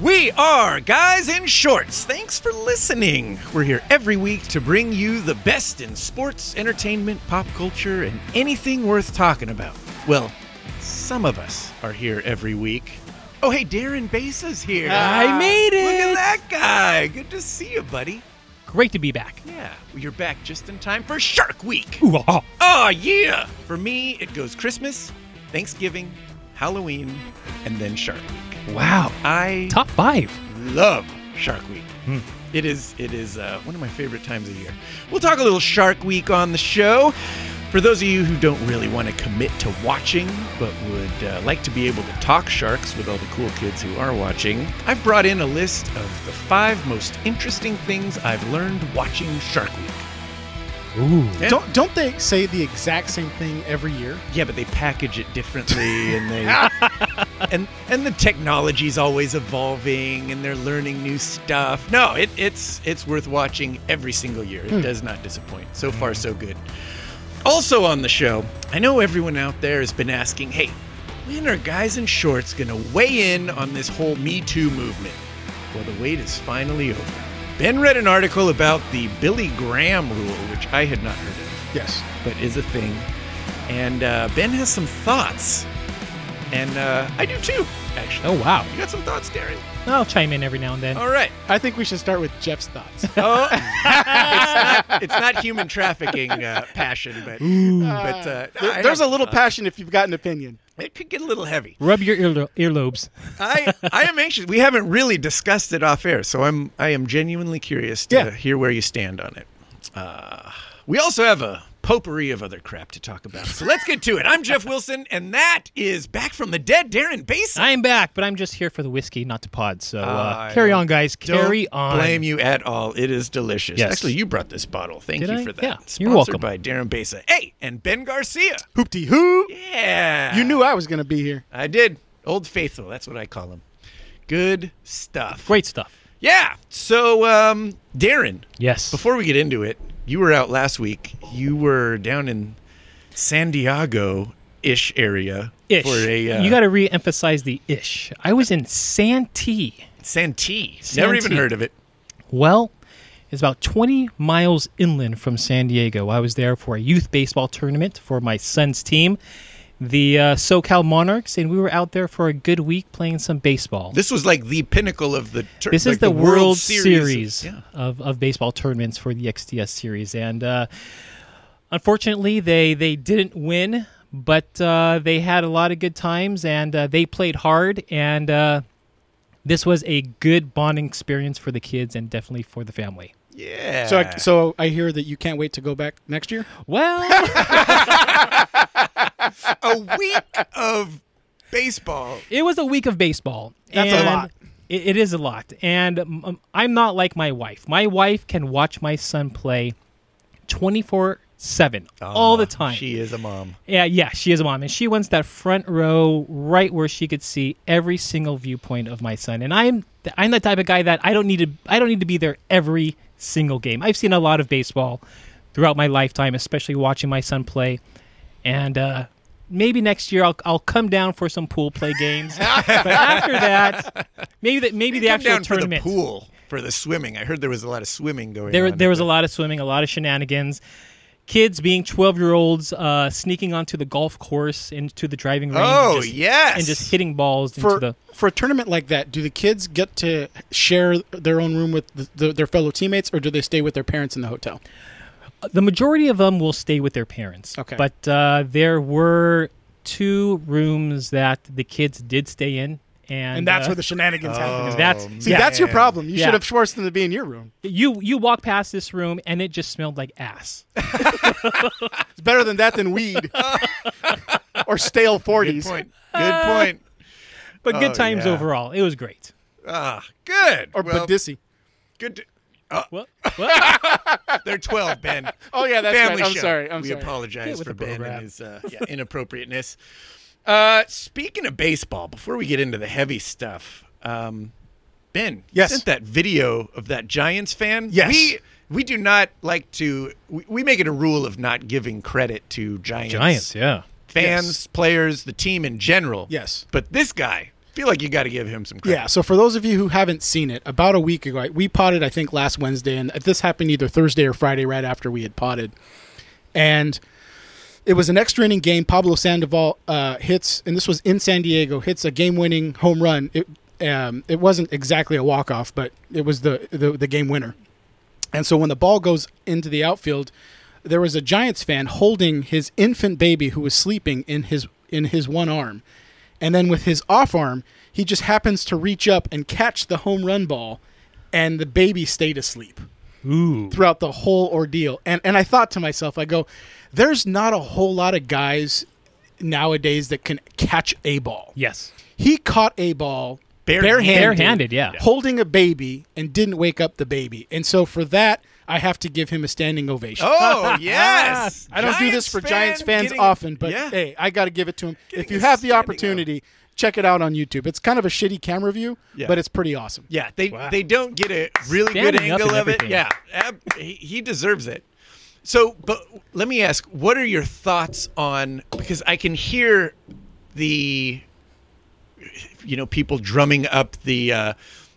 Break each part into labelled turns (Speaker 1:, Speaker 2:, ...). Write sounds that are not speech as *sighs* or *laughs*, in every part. Speaker 1: We are Guys in Shorts. Thanks for listening. We're here every week to bring you the best in sports, entertainment, pop culture, and anything worth talking about. Well, some of us are here every week. Oh, hey, Darren Basa's here.
Speaker 2: I made
Speaker 1: Look
Speaker 2: it.
Speaker 1: at that guy. Good to see you, buddy.
Speaker 2: Great to be back.
Speaker 1: Yeah, well, you're back just in time for Shark Week.
Speaker 2: Ooh, ah, ah.
Speaker 1: Oh, yeah. For me, it goes Christmas, Thanksgiving, Halloween, and then Shark Week.
Speaker 2: Wow.
Speaker 1: I
Speaker 2: Top five.
Speaker 1: love Shark Week. It is it is uh, one of my favorite times of year. We'll talk a little Shark Week on the show. For those of you who don't really want to commit to watching, but would uh, like to be able to talk sharks with all the cool kids who are watching, I've brought in a list of the five most interesting things I've learned watching Shark Week.
Speaker 2: Ooh.
Speaker 1: Yeah.
Speaker 3: Don't don't they say the exact same thing every year?
Speaker 1: Yeah, but they package it differently, and they and and the technology's always evolving, and they're learning new stuff. No, it, it's it's worth watching every single year. It does not disappoint. So far, so good. Also on the show, I know everyone out there has been asking, hey, when are guys in shorts gonna weigh in on this whole Me Too movement? Well, the wait is finally over. Ben read an article about the Billy Graham rule, which I had not heard of
Speaker 3: Yes.
Speaker 1: but is a thing. And uh, Ben has some thoughts, and uh, I do too, actually.
Speaker 2: Oh, wow.
Speaker 1: You got some thoughts, Darren?
Speaker 2: I'll chime in every now and then.
Speaker 1: All right.
Speaker 3: I think we should start with Jeff's thoughts.
Speaker 1: Oh, it's, not, it's not human trafficking uh, passion, but but uh, no, I
Speaker 3: *laughs* There- There's a
Speaker 1: have-
Speaker 3: little passion if you've got an opinion.
Speaker 1: it could get a little heavy.
Speaker 2: Rub your earlo- earlobes.
Speaker 1: I I am anxious. We haven't really discussed it off air, so I'm I am genuinely curious to
Speaker 3: Yeah.
Speaker 1: hear where you stand on it. Uh, we also have a potpourri of other crap to talk about, so let's get to it. I'm Jeff Wilson, and that is back from the dead, Darren Basin.
Speaker 2: I am back, but *laughs* I'm just here for the whiskey, not the pod. So uh,
Speaker 1: I
Speaker 2: carry on, guys. Carry
Speaker 1: Don't
Speaker 2: on.
Speaker 1: Blame you at all. It is delicious.
Speaker 2: Yes.
Speaker 1: Actually, you brought this bottle. Thank
Speaker 2: Did
Speaker 1: you
Speaker 2: I?
Speaker 1: for that.
Speaker 2: Yeah.
Speaker 1: Sponsored
Speaker 2: You're welcome.
Speaker 1: by Darren Besa. Hey, and Ben Garcia.
Speaker 3: Hoopty hoo.
Speaker 1: Yeah.
Speaker 3: You knew I was gonna be here.
Speaker 1: I did. Old Faithful. That's what I call him. Good stuff.
Speaker 2: Great stuff.
Speaker 1: Yeah. So, um, Darren,
Speaker 2: Yes.
Speaker 1: before we get into it, you were out last week. You were down in San Diego ish area
Speaker 2: ish.
Speaker 1: for a uh,
Speaker 2: you got to re-emphasize the ish. I was in Santee.
Speaker 1: Santee. Never even
Speaker 2: Santee.
Speaker 1: heard of it.
Speaker 2: Well, it's about 20 miles inland from San Diego. I was there for a youth baseball tournament for my son's team, the uh, SoCal Monarchs, and we were out there for a good week playing some baseball.
Speaker 1: This was like the pinnacle of the. Tur-
Speaker 2: This
Speaker 1: like
Speaker 2: is the, World, Series,
Speaker 1: Yeah.
Speaker 2: of, of baseball tournaments for the XDS series, and uh, unfortunately, they they didn't win, but uh, they had a lot of good times, and uh, they played hard, and uh, this was a good bonding experience for the kids and definitely for the family.
Speaker 1: Yeah.
Speaker 3: So I, so I hear that you can't wait to go back next year. *laughs*
Speaker 2: Well,
Speaker 1: a week of baseball.
Speaker 2: it was a week of baseball.
Speaker 3: That's a
Speaker 2: and
Speaker 3: lot.
Speaker 2: It, it is a lot, and um, I'm not like my wife. My wife can watch my son play 24 seven
Speaker 3: Oh,
Speaker 2: all the time.
Speaker 1: She is a mom.
Speaker 2: Yeah, yeah, she is a mom, and she wants that front row, right where she could see every single viewpoint of my son. And I'm, I'm the type of guy that I don't need to, I don't need to be there every single game. I've seen a lot of baseball throughout my lifetime, especially watching my son play. And uh, maybe next year I'll, I'll come down for some pool play
Speaker 1: *laughs*
Speaker 2: games. but after that, maybe that, maybe the
Speaker 1: Come
Speaker 2: actual
Speaker 1: down
Speaker 2: tournament.
Speaker 1: for the pool for the swimming. I heard there was a lot of swimming going
Speaker 2: There,
Speaker 1: on.
Speaker 2: there was a lot of swimming, a lot of shenanigans. Kids being 12 year olds uh, sneaking onto the golf course, into the driving range.
Speaker 1: Oh
Speaker 2: and just,
Speaker 1: yes.
Speaker 2: And just hitting balls
Speaker 3: For
Speaker 2: into the.
Speaker 3: for a tournament like that, do the kids get to share their own room with the, the, their fellow teammates, or do they stay with their parents in the hotel?
Speaker 2: The majority of them will stay with their parents.
Speaker 3: Okay.
Speaker 2: But uh, there were two rooms that the kids did stay in. And,
Speaker 3: And, that's
Speaker 2: uh,
Speaker 3: where the shenanigans happen.
Speaker 2: that's-
Speaker 1: Oh,
Speaker 3: See,
Speaker 2: yeah.
Speaker 3: that's your
Speaker 1: man.
Speaker 3: problem. You
Speaker 2: Yeah.
Speaker 3: should have forced them to be in your room.
Speaker 2: you you walk past this room and it just smelled like ass.
Speaker 3: It's better than that than weed or stale
Speaker 1: Good
Speaker 3: forties.
Speaker 1: point. Good point.
Speaker 2: But
Speaker 1: Oh,
Speaker 2: good times
Speaker 1: yeah.
Speaker 2: overall. It was great.
Speaker 1: Ah, good.
Speaker 3: Or
Speaker 1: well,
Speaker 3: Badisi.
Speaker 1: good. to-
Speaker 2: What? *laughs* what?
Speaker 1: they're twelve, Ben.
Speaker 3: *laughs* Oh yeah, that's
Speaker 1: Family
Speaker 3: right. I'm
Speaker 1: show.
Speaker 3: sorry. I'm
Speaker 1: we
Speaker 3: sorry.
Speaker 1: apologize
Speaker 2: Get with
Speaker 1: for
Speaker 2: the bro
Speaker 1: Ben
Speaker 2: rap.
Speaker 1: and his
Speaker 3: *laughs*
Speaker 1: uh, yeah, inappropriateness. Uh, speaking of baseball, before we get into the heavy stuff, um, Ben,
Speaker 3: Yes.
Speaker 1: you sent that video of that Giants fan.
Speaker 3: Yes.
Speaker 1: we we do not like to. We, we make it a rule of not giving credit to Giants,
Speaker 2: yeah.
Speaker 1: fans,
Speaker 3: Yes.
Speaker 1: players, the team in general.
Speaker 3: Yes.
Speaker 1: but this guy feel like you got to give him some credit.
Speaker 3: Yeah, so for those of you who haven't seen it, about a week ago, I- we potted, I think, last Wednesday, and this happened either Thursday or Friday right after we had potted. And it was an extra inning game. Pablo Sandoval uh, hits, and this was in San Diego, hits a game winning home run. It, um, it wasn't exactly a walk off, but it was the, the, the game winner. And so when the ball goes into the outfield, there was a Giants fan holding his infant baby who was sleeping in his in his one arm. And then with his off arm, he just happens to reach up and catch the home run ball and the baby stayed asleep
Speaker 2: Ooh.
Speaker 3: throughout the whole ordeal. And and I thought to myself, I go, there's not a whole lot of guys nowadays that can catch a ball.
Speaker 2: Yes.
Speaker 3: He caught a ball
Speaker 1: Bare-
Speaker 3: barehanded,
Speaker 2: Barehanded, yeah.
Speaker 3: holding a baby and didn't wake up the baby. And so for that, I have to give him a standing ovation.
Speaker 1: Oh yes.
Speaker 3: *laughs* I don't do this for Giants fans
Speaker 1: getting-
Speaker 3: often, but
Speaker 1: Yeah.
Speaker 3: hey, I got to give it to him. If
Speaker 1: Getting
Speaker 3: you
Speaker 1: a
Speaker 3: have the
Speaker 1: standing
Speaker 3: opportunity, check it out on YouTube. It's kind of a shitty camera view,
Speaker 1: Yeah.
Speaker 3: but it's pretty awesome.
Speaker 1: Yeah, they they don't get a really good
Speaker 2: Standing up
Speaker 1: angle
Speaker 2: and
Speaker 1: of it.
Speaker 2: everything.
Speaker 1: Yeah, ab- he, he deserves it. So, but let me ask, what are your thoughts on? Because I can hear the, you know, people drumming up the. Uh,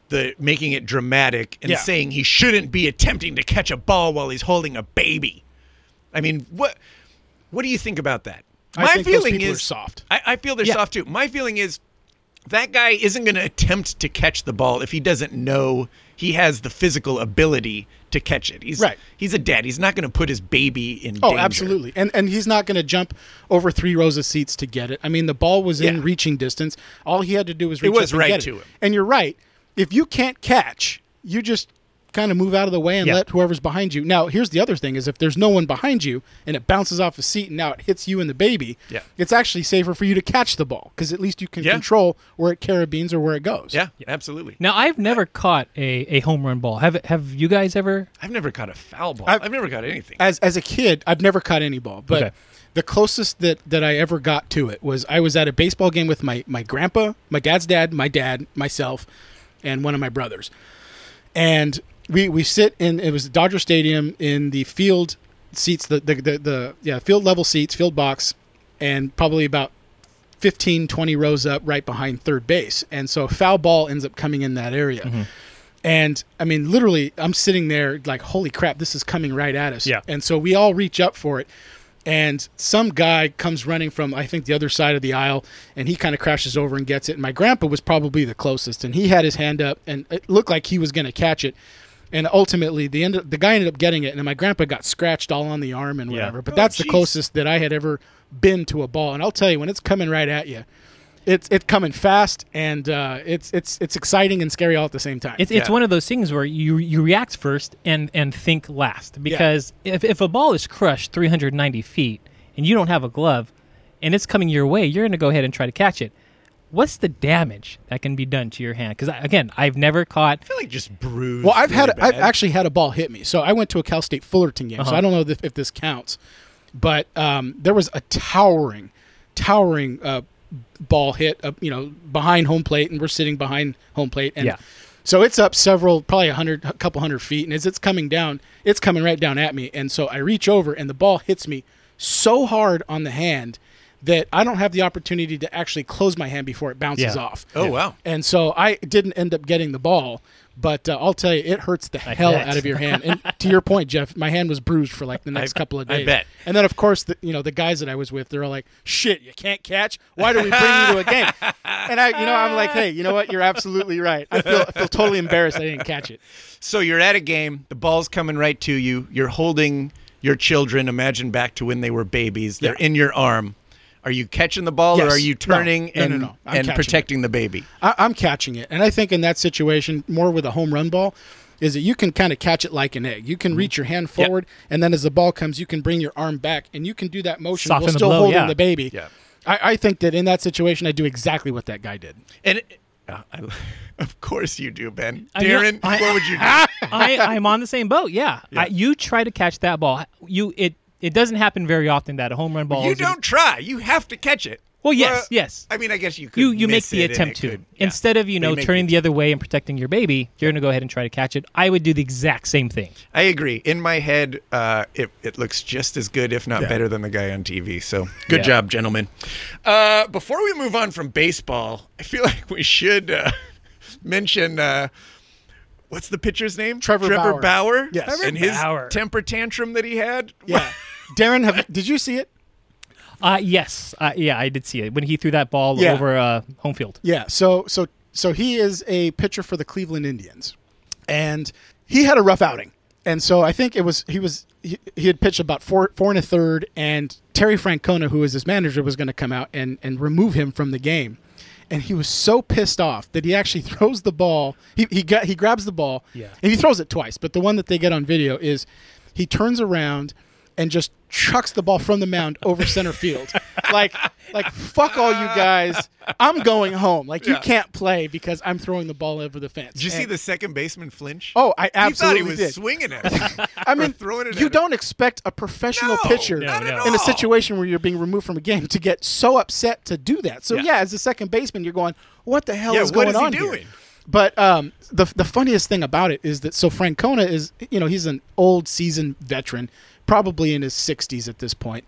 Speaker 1: the making it dramatic and
Speaker 3: Yeah.
Speaker 1: saying he shouldn't be attempting to catch a ball while he's holding a baby. I mean, what what do you think about that?
Speaker 3: I think those people are soft.
Speaker 1: I, I feel they're
Speaker 2: Yeah.
Speaker 1: soft too. My feeling is that guy isn't going to attempt to catch the ball if he doesn't know he has the physical ability to catch it. He's
Speaker 3: Right.
Speaker 1: He's a dad. He's not going to put his baby in
Speaker 3: Oh,
Speaker 1: danger.
Speaker 3: absolutely. And and he's not going to jump over three rows of seats to get it. I mean, the ball was in
Speaker 1: Yeah.
Speaker 3: reaching distance. All he had to do was reach
Speaker 1: was
Speaker 3: up and
Speaker 1: right
Speaker 3: get
Speaker 1: to him.
Speaker 3: And you're right. If you can't catch, you just kind of move out of the way and
Speaker 2: Yeah.
Speaker 3: let whoever's behind you. Now, here's the other thing is if there's no one behind you and it bounces off a seat and now it hits you and the baby,
Speaker 1: Yeah.
Speaker 3: it's actually safer for you to catch the ball cuz at least you can
Speaker 1: Yeah.
Speaker 3: control where it carabines or where it goes.
Speaker 1: Yeah, absolutely.
Speaker 2: Now I've never caught a, a home run ball. Have have you guys ever?
Speaker 1: I've never caught a foul ball. I've,
Speaker 3: I've-
Speaker 1: never caught anything.
Speaker 3: as as a kid, I've never caught any ball, but
Speaker 2: Okay.
Speaker 3: the closest that that I ever got to it was I was at a baseball game with my my grandpa, my dad's dad, my dad, myself, and one of my brothers, and we we sit in it was Dodger Stadium in the field seats the the the, the yeah field level seats field box, and probably about 15, 20 rows up right behind third base. And so a foul ball ends up coming in that area. And I mean, literally, I'm sitting there like, holy crap, this is coming right at us.
Speaker 2: Yeah.
Speaker 3: And so we all reach up for it. And some guy comes running from, I think, the other side of the aisle, and he kind of crashes over and gets it. And my grandpa was probably the closest, and he had his hand up, and it looked like he was going to catch it. And ultimately, the end, the guy ended up getting it, and then my grandpa got scratched all on the arm and whatever. But
Speaker 1: Oh,
Speaker 3: that's
Speaker 1: jeez.
Speaker 3: the closest that I had ever been to a ball. And I'll tell you, when it's coming right at you, it's it's coming fast, and uh, it's it's it's exciting and scary all at the same time.
Speaker 2: It's it's
Speaker 1: Yeah.
Speaker 2: one of those things where you you react first and and think last because if if a ball is crushed 390 feet and you don't have a glove and it's coming your way, you're going to go ahead and try to catch it. What's the damage that can be done to your hand? Because again, I've never caught. *laughs*
Speaker 1: I feel like just bruised.
Speaker 3: Well, I've had
Speaker 1: really
Speaker 3: I've
Speaker 1: bad.
Speaker 3: actually had a ball hit me. So I went to a Cal State Fullerton game.
Speaker 2: Uh-huh.
Speaker 3: So I don't know if, if this counts, but um, there was a towering, towering uh, ball hit. Uh, you know, behind home plate, and we're sitting behind home plate, and
Speaker 2: Yeah.
Speaker 3: so it's up several, probably a hundred, a couple hundred feet, and as it's coming down, it's coming right down at me, and so I reach over, and the ball hits me so hard on the hand that I don't have the opportunity to actually close my hand before it bounces
Speaker 2: Yeah.
Speaker 3: off.
Speaker 1: Oh, wow.
Speaker 3: And so I didn't end up getting the ball, but uh, I'll tell you, it hurts the hell
Speaker 2: bet.
Speaker 3: out of your hand.
Speaker 1: *laughs*
Speaker 3: And to your point, Jeff, my hand was bruised for like the next couple of
Speaker 1: I
Speaker 3: days.
Speaker 1: bet.
Speaker 3: And then, of course, the, you know the guys that I was with, they're all like, "Shit, you can't catch. Why do we bring you to a game?" And I, you know, I'm like, "Hey, you know what? You're absolutely right. I feel, I feel totally embarrassed I didn't catch it."
Speaker 1: So you're at a game, the ball's coming right to you. You're holding your children, imagine back to when they were babies. They're
Speaker 3: Yeah.
Speaker 1: in your arm. Are you catching the ball or
Speaker 3: Yes.
Speaker 1: are you
Speaker 3: No.
Speaker 1: turning
Speaker 3: No, no,
Speaker 1: and,
Speaker 3: no. I'm
Speaker 1: and
Speaker 3: catching it.
Speaker 1: protecting the baby?
Speaker 3: I, I'm catching it. And I think in that situation, more with a home run ball, is that you can kind of catch it like an egg. You
Speaker 2: Mm-hmm.
Speaker 3: can reach your hand forward, and then as the ball comes, you can bring your arm back, and you can do that motion
Speaker 2: Soften
Speaker 3: while
Speaker 2: the
Speaker 3: still
Speaker 2: blow,
Speaker 3: holding
Speaker 2: yeah.
Speaker 3: the baby.
Speaker 1: Yeah.
Speaker 3: I, I think that in that situation, I do exactly what that guy did.
Speaker 1: And it, uh, I, *laughs* of course you do, Ben.
Speaker 2: I know-
Speaker 1: Darren,
Speaker 2: I-
Speaker 1: what would you
Speaker 2: *laughs*
Speaker 1: do?
Speaker 2: I, I'm on the same boat. Yeah, I, you try to catch that ball. You it it doesn't happen very often that a home run ball.
Speaker 1: you
Speaker 2: is-
Speaker 1: don't try. You have to catch it.
Speaker 2: Well, yes,
Speaker 1: Well,
Speaker 2: yes.
Speaker 1: I mean, I guess you could.
Speaker 2: You you make
Speaker 1: miss
Speaker 2: the
Speaker 1: it and
Speaker 2: attempt
Speaker 1: it
Speaker 2: to
Speaker 1: could- yeah.
Speaker 2: instead of
Speaker 1: But
Speaker 2: you
Speaker 1: you
Speaker 2: know
Speaker 1: make
Speaker 2: turning
Speaker 1: the
Speaker 2: the other way and protecting your baby. You're gonna go ahead and try to catch it. I would do the exact same thing.
Speaker 1: I agree. In my head, uh, it, it looks just as good, if not better, than the guy on TV. So good
Speaker 2: Yeah.
Speaker 1: job, gentlemen. Uh, before we move on from baseball, I feel *laughs* like we should uh, mention uh, what's the pitcher's name?
Speaker 3: Trevor
Speaker 1: Trevor
Speaker 3: Bauer.
Speaker 1: Bauer.
Speaker 3: Yes. Trevor
Speaker 1: and his
Speaker 2: Bauer.
Speaker 1: temper tantrum that he had.
Speaker 3: Yeah. *laughs* Darren, have, did you see it?
Speaker 2: Uh yes, uh, yeah, I did see it when he threw that ball
Speaker 3: Yeah.
Speaker 2: over uh, home field.
Speaker 3: Yeah. So so so he is a pitcher for the Cleveland Indians, and he had a rough outing. And so I think it was he was he, he had pitched about four four and a third, and Terry Francona, who is his manager, was going to come out and and remove him from the game. And he was so pissed off that he actually *laughs* throws the ball. He he got, he grabs the ball,
Speaker 2: Yeah.
Speaker 3: and he throws it twice. But the one that they get on video is he turns around and just chucks the ball from the mound over center field. like like fuck all you guys. I'm going home. Like you can't play because I'm throwing the ball over the
Speaker 1: *laughs*
Speaker 3: fence.
Speaker 1: Did you see
Speaker 3: And-
Speaker 1: the second baseman flinch?
Speaker 3: Oh, I absolutely
Speaker 1: he thought he was
Speaker 3: did.
Speaker 1: swinging at him.
Speaker 3: I mean,
Speaker 1: throwing it
Speaker 3: you
Speaker 1: at
Speaker 3: don't expect a professional
Speaker 1: No,
Speaker 3: pitcher
Speaker 1: not
Speaker 2: No,
Speaker 1: at
Speaker 2: no.
Speaker 1: all.
Speaker 3: in a situation where you're being removed from a game to get so upset to do that. So
Speaker 1: Yeah.
Speaker 3: yeah, as a second baseman, you're going, "What the hell
Speaker 1: Yeah,
Speaker 3: is
Speaker 1: what
Speaker 3: going
Speaker 1: is he
Speaker 3: on here?"
Speaker 1: doing?
Speaker 3: But um, the the funniest thing about it is that so Francona is you know he's an old seasoned veteran, probably in his 60s at this point,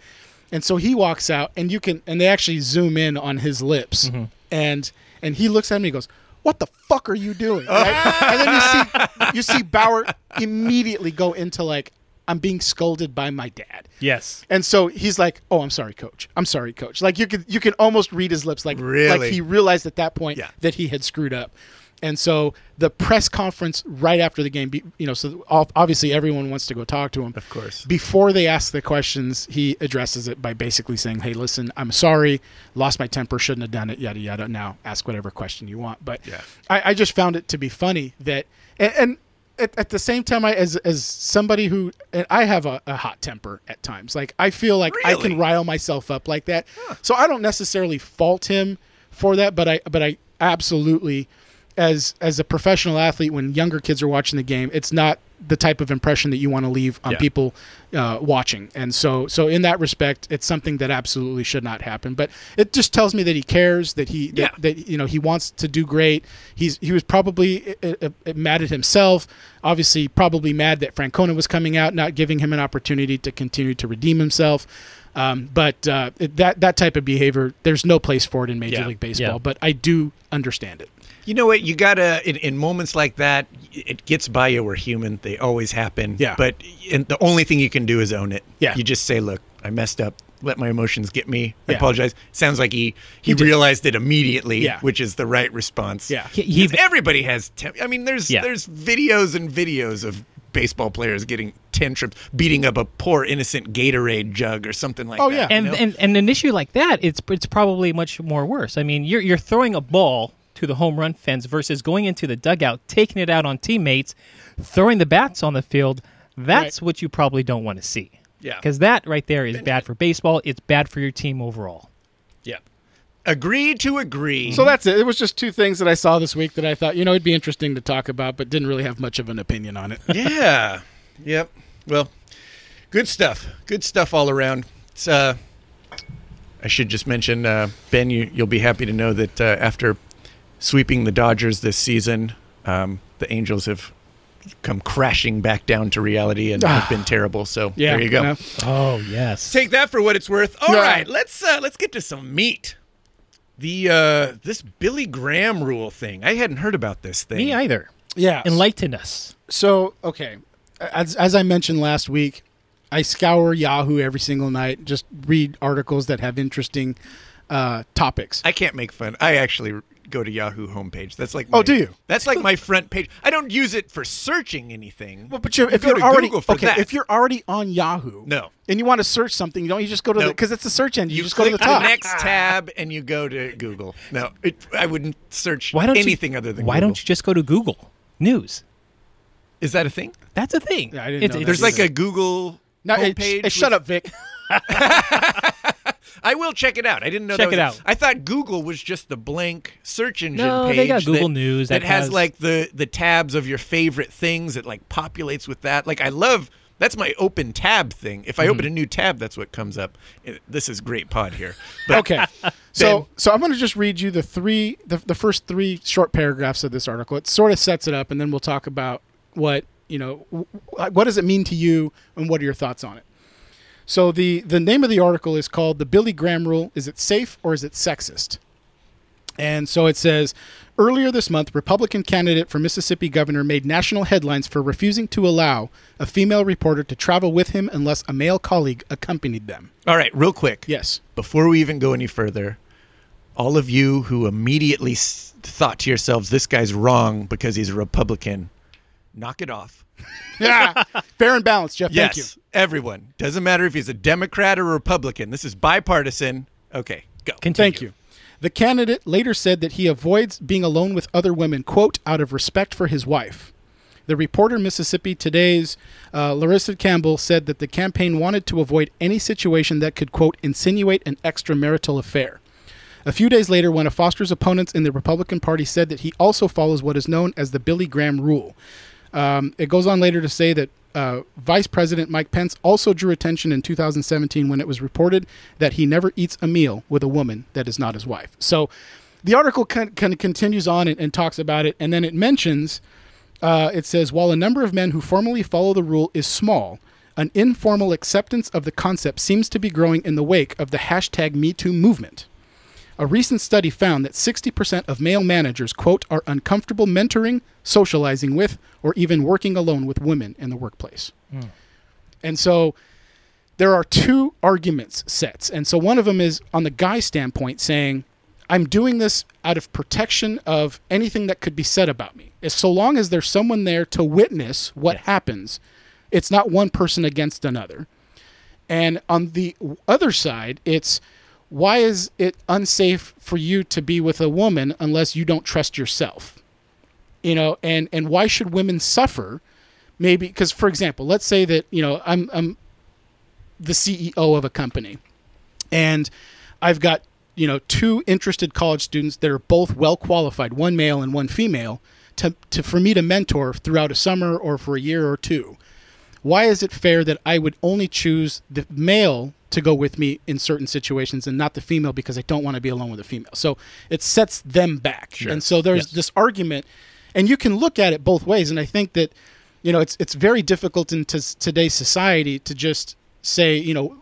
Speaker 3: and so he walks out and you can and they actually zoom in on his lips and and he looks at me and goes. What the fuck are you doing? Right? and then you see you see Bauer immediately go into like I'm being scolded by my dad.
Speaker 2: Yes.
Speaker 3: And so he's like, "Oh, I'm sorry, coach. I'm sorry, coach." Like you could you can almost read his lips, like
Speaker 1: Really?
Speaker 3: like he realized at that point
Speaker 1: Yeah.
Speaker 3: that he had screwed up. And so the press conference right after the game, be- you know, so ob- obviously everyone wants to go talk to him. Of
Speaker 1: course.
Speaker 3: Before they ask the questions, he addresses it by basically saying, "Hey, listen, I'm sorry, lost my temper, shouldn't have done it, yada yada." Now ask whatever question you want. But
Speaker 1: Yeah.
Speaker 3: I, I just found it to be funny that and. and at, at the same time, I, as as somebody who and I have a, a hot temper at times, like I feel like I
Speaker 1: Really?
Speaker 3: can rile myself up like that. So I don't necessarily fault him for that, but I but I absolutely as as a professional athlete when younger kids are watching the game, it's not the type of impression that you want to leave on
Speaker 1: Yeah.
Speaker 3: people uh, watching. And so so in that respect, it's something that absolutely should not happen. But it just tells me that he cares, that he that,
Speaker 1: Yeah.
Speaker 3: that you know he wants to do great. He's he was probably uh, uh, uh, mad at himself. Obviously, probably mad that Francona was coming out, not giving him an opportunity to continue to redeem himself. Um, but uh, it- that that type of behavior, there's no place for it in Major
Speaker 1: Yeah.
Speaker 3: League Baseball.
Speaker 2: Yeah.
Speaker 3: But I do understand it.
Speaker 1: *laughs* You know what? You gotta in, in moments like that, it gets by you. We're human; they always happen.
Speaker 3: Yeah.
Speaker 1: But and the only thing you can do is own it.
Speaker 3: Yeah.
Speaker 1: You just say, "Look, I messed up. Let my emotions get me. I
Speaker 3: Yeah.
Speaker 1: apologize." Sounds like he he, realized it immediately,
Speaker 3: Yeah.
Speaker 1: which is the right response.
Speaker 3: Yeah.
Speaker 2: He-
Speaker 1: 'Cause
Speaker 2: he-
Speaker 1: everybody has. Tem- I mean, there's
Speaker 2: Yeah.
Speaker 1: there's videos and videos of baseball players getting tantrums, beating up a poor innocent Gatorade jug or something like
Speaker 3: Oh,
Speaker 1: that.
Speaker 3: yeah.
Speaker 1: you
Speaker 2: and,
Speaker 1: know?
Speaker 2: and and an issue like that, it's it's probably much more worse. I mean, you're you're throwing a ball to the home run fence versus going into the dugout, taking it out on teammates, throwing the bats on the field. That's what you probably don't want to see.
Speaker 1: Yeah.
Speaker 2: because that right there is bad for baseball. It's bad for your team overall.
Speaker 1: yeah. Agree to agree.
Speaker 3: So that's it. It was just two things that I saw this week that I thought you know it'd be interesting to talk about, but didn't really have much of an opinion on it.
Speaker 1: yeah. Yep. Well, good stuff. Good stuff all around. It's, uh, I should just mention, uh, Ben, you, you'll be happy to know that uh, after sweeping the Dodgers this season, um, the Angels have come crashing back down to reality and have been terrible. So
Speaker 3: Yeah,
Speaker 1: there you go.
Speaker 3: no.
Speaker 2: Oh yes.
Speaker 1: Take that for what it's worth. All
Speaker 3: Yeah.
Speaker 1: right, let's uh, let's get to some meat. The uh, this Billy Graham rule thing. I hadn't heard about this thing.
Speaker 2: Me either.
Speaker 3: Yeah.
Speaker 2: Enlighten us.
Speaker 3: So okay, as as I mentioned last week, I scour Yahoo every single night, just read articles that have interesting uh, topics.
Speaker 1: I can't make fun. I actually go to Yahoo homepage. That's like
Speaker 3: Oh,
Speaker 1: my-
Speaker 3: do you?
Speaker 1: That's
Speaker 3: *laughs*
Speaker 1: like my front page. I don't use it for searching anything.
Speaker 3: Well, but you, if
Speaker 1: go
Speaker 3: you're
Speaker 1: to
Speaker 3: already
Speaker 1: Google for
Speaker 3: okay,
Speaker 1: that.
Speaker 3: if you're already on Yahoo,
Speaker 1: No.
Speaker 3: and you want to search something, you don't you just go to the
Speaker 1: Nope.
Speaker 3: because it's a search engine. You,
Speaker 1: you
Speaker 3: just go
Speaker 1: click
Speaker 3: to the top.
Speaker 1: next tab and you go to Google. No, it, I wouldn't search
Speaker 2: Why don't
Speaker 1: anything
Speaker 2: you,
Speaker 1: other than
Speaker 2: why
Speaker 1: Google.
Speaker 2: don't you just go to Google News?
Speaker 1: Is that a thing?
Speaker 2: That's a thing.
Speaker 3: Yeah, I didn't
Speaker 2: It's-
Speaker 3: know that
Speaker 1: There's
Speaker 2: it's-
Speaker 1: like a Google
Speaker 3: No, hey,
Speaker 1: homepage.
Speaker 3: sh- hey, shut
Speaker 1: with-
Speaker 3: up, Vic.
Speaker 1: I will check it out. I didn't know.
Speaker 2: Check
Speaker 1: that
Speaker 2: it
Speaker 1: was
Speaker 2: out.
Speaker 1: I thought Google was just the blank search engine
Speaker 2: No,
Speaker 1: page.
Speaker 2: they got Google
Speaker 1: that,
Speaker 2: News
Speaker 1: that
Speaker 2: that
Speaker 1: has,
Speaker 2: has-
Speaker 1: like the the tabs of your favorite things. It like populates with that. Like I love That's my open tab thing. If I open
Speaker 2: Mm-hmm.
Speaker 1: a new tab, that's what comes up. It- This is great pod here. But
Speaker 3: okay. So so I'm going to just read you the three the, the first three short paragraphs of this article. It sort of sets it up, and then we'll talk about what you know. wh- What does it mean to you, and what are your thoughts on it? So the the name of the article is called "The Billy Graham Rule: Is it safe or is it sexist?" And so it says. Earlier this month, Republican candidate for Mississippi governor made national headlines for refusing to allow a female reporter to travel with him unless a male colleague accompanied them.
Speaker 1: all right, real quick.
Speaker 3: Yes.
Speaker 1: Before we even go any further, all of you who immediately s- thought to yourselves, "This guy's wrong because he's a Republican," knock it off.
Speaker 3: Yeah. *laughs* Fair and balanced, Jeff. Thank you.
Speaker 1: yes, everyone. Doesn't matter if he's a Democrat or Republican. This is bipartisan. Okay, go.
Speaker 2: Continue.
Speaker 3: Thank you. The candidate later said that he avoids being alone with other women, quote, out of respect for his wife. The reporter, Mississippi Today's uh, Larissa Campbell, said that the campaign wanted to avoid any situation that could, quote, insinuate an extramarital affair. A few days later, one of Foster's opponents in the Republican Party said that he also follows what is known as the Billy Graham Rule. Um, it goes on later to say that uh, Vice President Mike Pence also drew attention in 2017 when it was reported that he never eats a meal with a woman that is not his wife. So the article kind kind of continues on and, and talks about it, and then it mentions uh, it says while a number of men who formally follow the rule is small, an informal acceptance of the concept seems to be growing in the wake of the hashtag MeToo movement. A recent study found that 60% of male managers, quote, are uncomfortable mentoring, socializing with, or even working alone with women in the workplace. And so there are two arguments sets. And so one of them is on the guy standpoint saying, I'm doing this out of protection of anything that could be said about me. As so long as there's someone there to witness what happens, it's not one person against another. And on the other side, it's why is it unsafe for you to be with a woman unless you don't trust yourself? You know, and and why should women suffer? Maybe because, for example, let's say that you know I'm I'm the CEO of a company, and I've got you know two interested college students that are both well qualified, one male and one female, to, to for me to mentor throughout a summer or for a year or two why is it fair that I would only choose the male to go with me in certain situations and not the female because I don't want to be alone with a female? So it sets them back. And so there's this argument, and you can look at it both ways. And I think that, you know, it's it's very difficult in t- today's society to just say, you know,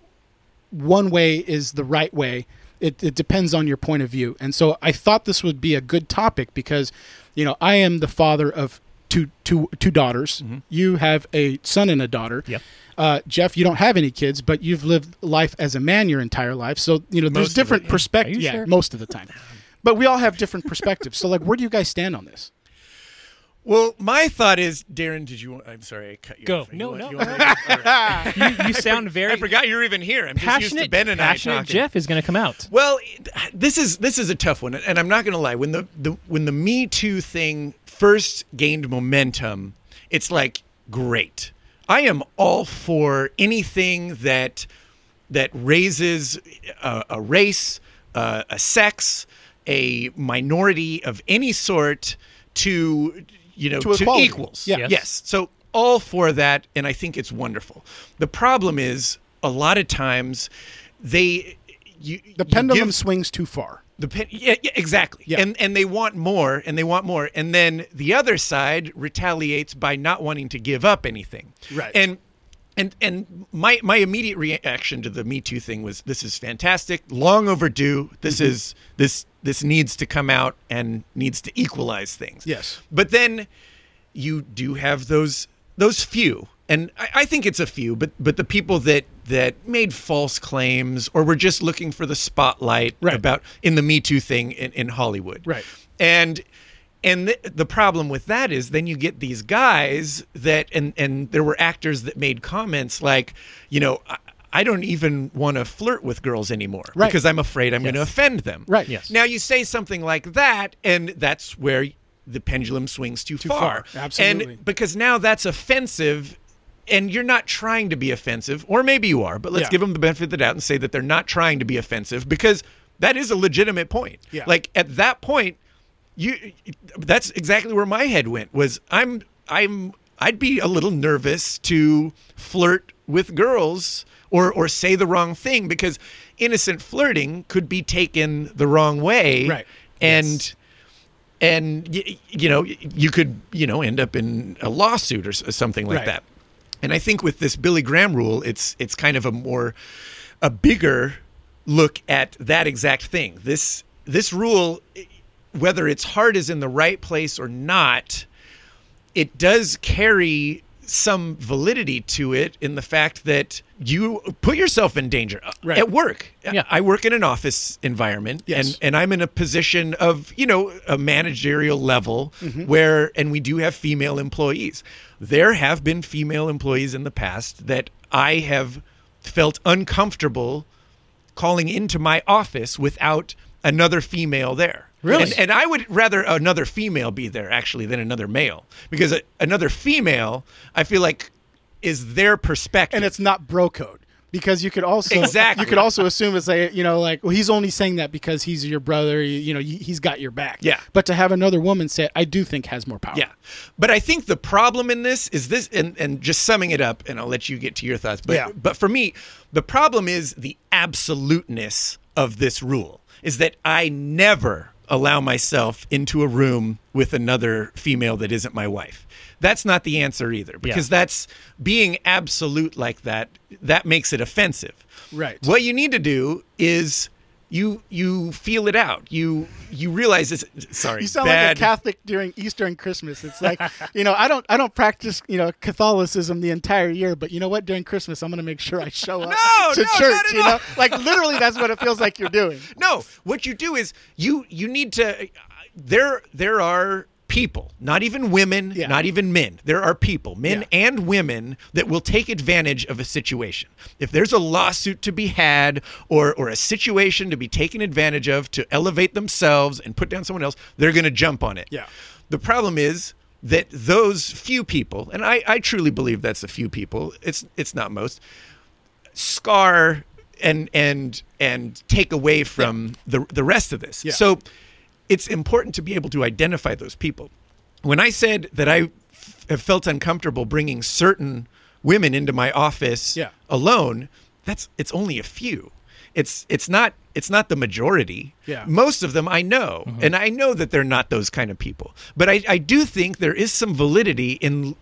Speaker 3: one way is the right way. It, it depends on your point of view. And so I thought this would be a good topic because, you know, I am the father of two two two daughters. You have a son and a daughter.
Speaker 2: Yep.
Speaker 3: Uh, Jeff, you don't have any kids, but you've lived life as a man your entire life. So you know,
Speaker 1: Most of
Speaker 3: there's different
Speaker 1: it,
Speaker 3: perspectives.
Speaker 2: Are you
Speaker 3: Yeah,
Speaker 2: sure?
Speaker 3: most of the time. But we all have different perspectives. So like, where do you guys stand on this?
Speaker 1: Well, my thought is, Darren, did you? Want, I'm sorry, I cut you
Speaker 2: Go.
Speaker 1: off. You
Speaker 2: No,
Speaker 1: want-
Speaker 2: no,
Speaker 1: you want
Speaker 2: no.
Speaker 1: me to- all right.
Speaker 2: *laughs* You, you sound
Speaker 1: *laughs*
Speaker 2: very
Speaker 1: I forgot you're even here. I'm just used to
Speaker 2: passionate.
Speaker 1: Ben and I
Speaker 2: passionate
Speaker 1: talking.
Speaker 2: Jeff is going to
Speaker 1: *laughs*
Speaker 2: come out.
Speaker 1: Well, this is this is a tough one, and I'm not going to lie. When the, the when the Me Too thing first gained momentum, it's like great. I am all for anything that that raises a, a race, uh, a sex, a minority of any sort to you know
Speaker 3: To equality.
Speaker 1: equals.
Speaker 3: Yeah.
Speaker 2: Yes.
Speaker 1: Yes. So all for that, and I think it's wonderful. The problem is a lot of times they you
Speaker 3: The
Speaker 1: you
Speaker 3: pendulum
Speaker 1: give-
Speaker 3: swings too far.
Speaker 1: the pen, yeah, yeah exactly
Speaker 3: Yeah.
Speaker 1: and and they want more and they want more and then the other side retaliates by not wanting to give up anything
Speaker 3: Right.
Speaker 1: and and and my my immediate reaction to the me too thing was this is fantastic long overdue this
Speaker 3: Mm-hmm.
Speaker 1: is this this needs to come out and needs to equalize things
Speaker 3: Yes.
Speaker 1: but then you do have those those few, and I, I think it's a few, but but the people that that made false claims or were just looking for the spotlight
Speaker 3: Right.
Speaker 1: about in the Me Too thing in, in Hollywood,
Speaker 3: Right.
Speaker 1: And and the, the problem with that is then you get these guys that and and there were actors that made comments like, you know. I, I don't even want to flirt with girls anymore
Speaker 3: Right.
Speaker 1: because I'm afraid I'm going to
Speaker 2: Yes.
Speaker 1: offend them.
Speaker 3: Right.
Speaker 2: Yes.
Speaker 1: Now you say something like that, and that's where the pendulum swings too, far.
Speaker 3: far. Absolutely.
Speaker 1: And because now that's offensive, and you're not trying to be offensive, or maybe you are, but let's
Speaker 3: Yeah.
Speaker 1: give them the benefit of the doubt and say that they're not trying to be offensive because that is a legitimate point.
Speaker 3: Yeah.
Speaker 1: Like at that point, you that's exactly where my head went was I'm I'm I I'd be a little nervous to flirt with girls or or say the wrong thing because innocent flirting could be taken the wrong way.
Speaker 3: Right.
Speaker 1: And
Speaker 3: Yes.
Speaker 1: and y- you know you could you know end up in a lawsuit or s- something like
Speaker 3: Right.
Speaker 1: that. And I think with this Billy Graham rule, it's it's kind of a more a bigger look at that exact thing. This this rule, whether its heart is in the right place or not, it does carry some validity to it in the fact that you put yourself in danger uh,
Speaker 3: Right.
Speaker 1: at work.
Speaker 2: Yeah.
Speaker 1: I work in an office environment
Speaker 3: Yes.
Speaker 1: and, and I'm in a position of, you know, a managerial level
Speaker 3: Mm-hmm.
Speaker 1: where, and we do have female employees. There have been female employees in the past that I have felt uncomfortable calling into my office without another female there.
Speaker 2: Really?
Speaker 1: And, and I would rather another female be there actually than another male because a, another female, I feel like, is their perspective.
Speaker 3: and it's not bro code because you could also
Speaker 1: Exactly.
Speaker 3: you could also assume it's like you know like well he's only saying that because he's your brother you, you know he- he's got your back
Speaker 1: Yeah.
Speaker 3: but to have another woman say it, I do think has more power
Speaker 1: Yeah. But I think the problem in this is this and, and just summing it up and I'll let you get to your thoughts. But
Speaker 3: Yeah.
Speaker 1: but for me, the problem is the absoluteness of this rule is that I never allow myself into a room with another female that isn't my wife. That's not the answer either because that's being absolute like that that makes it offensive.
Speaker 3: Right.
Speaker 1: What you need to do is you you feel it out. You you realize this sorry.
Speaker 3: you sound like
Speaker 1: bad
Speaker 3: a Catholic during Easter and Christmas.
Speaker 1: *laughs*
Speaker 3: It's like, you know, I don't, I don't practice, you know, Catholicism the entire year, but you know what? During Christmas, I'm going to make sure
Speaker 1: *laughs*
Speaker 3: I show up
Speaker 1: No,
Speaker 3: to
Speaker 1: no, not
Speaker 3: church.
Speaker 1: at
Speaker 3: you
Speaker 1: all.
Speaker 3: know, like literally, that's what it feels like
Speaker 1: *laughs*
Speaker 3: you're doing.
Speaker 1: No, what you do is you you need to. There there are people, not even women,
Speaker 3: Yeah.
Speaker 1: not even men. There are people, men
Speaker 3: Yeah.
Speaker 1: and women, that will take advantage of a situation. If there's a lawsuit to be had or or a situation to be taken advantage of to elevate themselves and put down someone else, they're going to jump on it.
Speaker 3: Yeah.
Speaker 1: The problem is that those few people, and I, I truly believe that's a few people. It's it's not most scar and and and take away from the the rest of this.
Speaker 3: Yeah.
Speaker 1: So it's important to be able to identify those people. When I said that I f- have felt uncomfortable bringing certain women into my office
Speaker 3: Yeah.
Speaker 1: alone, that's it's only a few. It's it's not it's not the majority.
Speaker 3: Yeah.
Speaker 1: Most of them I know,
Speaker 3: Mm-hmm.
Speaker 1: and I know that they're not those kind of people. But I, I do think there is some validity in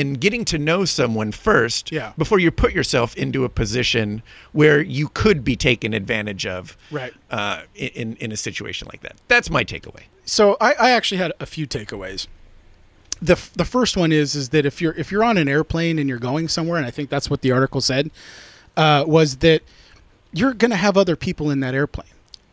Speaker 1: in getting to know someone first
Speaker 3: Yeah.
Speaker 1: before you put yourself into a position where you could be taken advantage of
Speaker 3: Right.
Speaker 1: uh, in, in a situation like that. That's my takeaway.
Speaker 3: So I, I actually had a few takeaways. the f- The first one is is that if you're if you're on an airplane and you're going somewhere, and I think that's what the article said, uh, was that you're going to have other people in that airplane,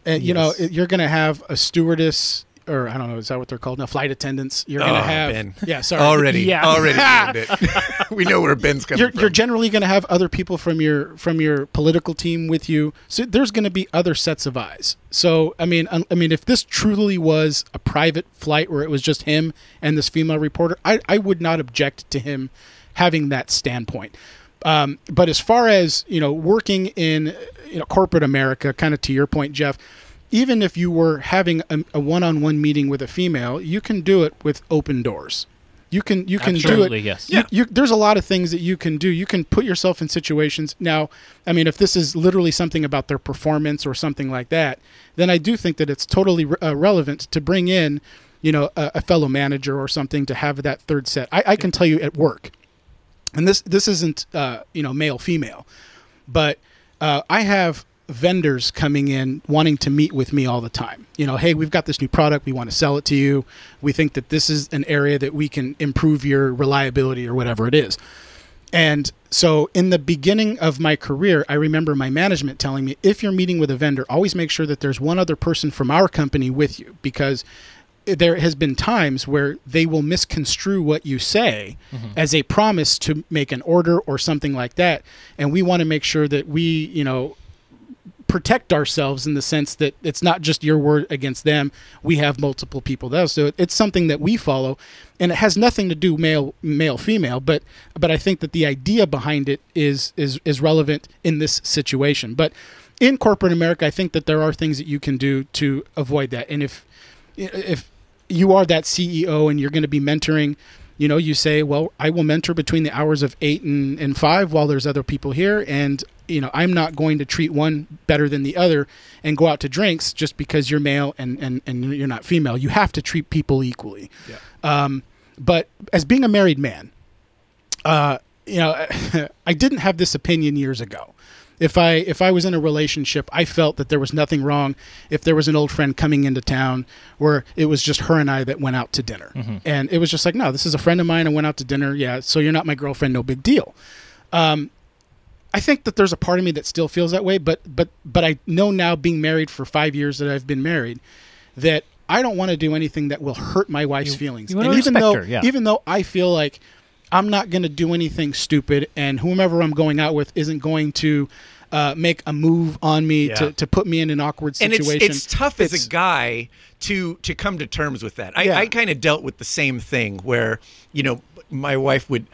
Speaker 3: and you know
Speaker 2: Yes.
Speaker 3: you're going to have a stewardess. Or I don't know, is that what they're called now? Flight attendants. You're gonna
Speaker 1: Oh,
Speaker 3: have,
Speaker 1: Ben.
Speaker 3: yeah. Sorry,
Speaker 1: *laughs* Already,
Speaker 2: Yeah.
Speaker 1: already,
Speaker 3: *laughs*
Speaker 1: ruined it. *laughs* we know where Ben's coming
Speaker 3: you're,
Speaker 1: from.
Speaker 3: you're generally going to have other people from your from your political team with you so there's going to be other sets of eyes so i mean un- i mean if this truly was a private flight where it was just him and this female reporter i, I would not object to him having that standpoint um, but as far as you know working in you know corporate america kind of to your point jeff even if you were having a, a one-on-one meeting with a female you can do it with open doors you can you can do
Speaker 2: Absolutely,
Speaker 3: it
Speaker 2: yes.
Speaker 3: you- you, there's a lot of things that you can do. You can put yourself in situations. Now, I mean, if this is literally something about their performance or something like that, then I do think that it's totally re- uh, relevant to bring in, you know, a, a fellow manager or something to have that third set. I, I can tell you at work, and this this isn't uh, you know male female, but uh, I have vendors coming in wanting to meet with me all the time. You know, hey, we've got this new product, we want to sell it to you. We think that this is an area that we can improve your reliability or whatever it is. And so in the beginning of my career, I remember my management telling me if you're meeting with a vendor, always make sure that there's one other person from our company with you because there has been times where they will misconstrue what you say as a promise to make an order or something like that and we want to make sure that we you know protect ourselves in the sense that it's not just your word against them. We have multiple people though, so it's something that we follow, and it has nothing to do male male female. But but I think that the idea behind it is is is relevant in this situation. But in corporate America, I think that there are things that you can do to E avoid that, and if if you are that CEO and you're going to be mentoring you know, you say, well, I will mentor between the hours of eight and, and five while there's other people here. And, you know, I'm not going to treat one better than the other and go out to drinks just because you're male and, and, and you're not female. You have to treat people equally.
Speaker 1: Yeah.
Speaker 3: Um, but as being a married man, uh, you know, *laughs* I didn't have this opinion years ago. If I if I was in a relationship, I felt that there was nothing wrong if there was an old friend coming into town where it was just her and I that went out to dinner, and it was just like, no, this is a friend of mine. I went out to dinner, yeah. So you're not my girlfriend, no big deal. I think that there's a part of me that still feels that way, but but but I know now, being married for five years that I've been married, that I don't want to do anything that will hurt my wife's feelings.
Speaker 2: you wanna
Speaker 3: and even
Speaker 4: respect
Speaker 3: though
Speaker 4: her, yeah.
Speaker 3: even though I feel like I'm not going to do anything stupid, and whomever I'm going out with isn't going to uh, make a move on me
Speaker 1: Yeah.
Speaker 3: to, to put me in an awkward
Speaker 1: and it's
Speaker 3: situation.
Speaker 1: it's tough as
Speaker 3: It's-
Speaker 1: a guy to to come to terms with that. I,
Speaker 3: Yeah.
Speaker 1: I kind of dealt with the same thing where you know my wife would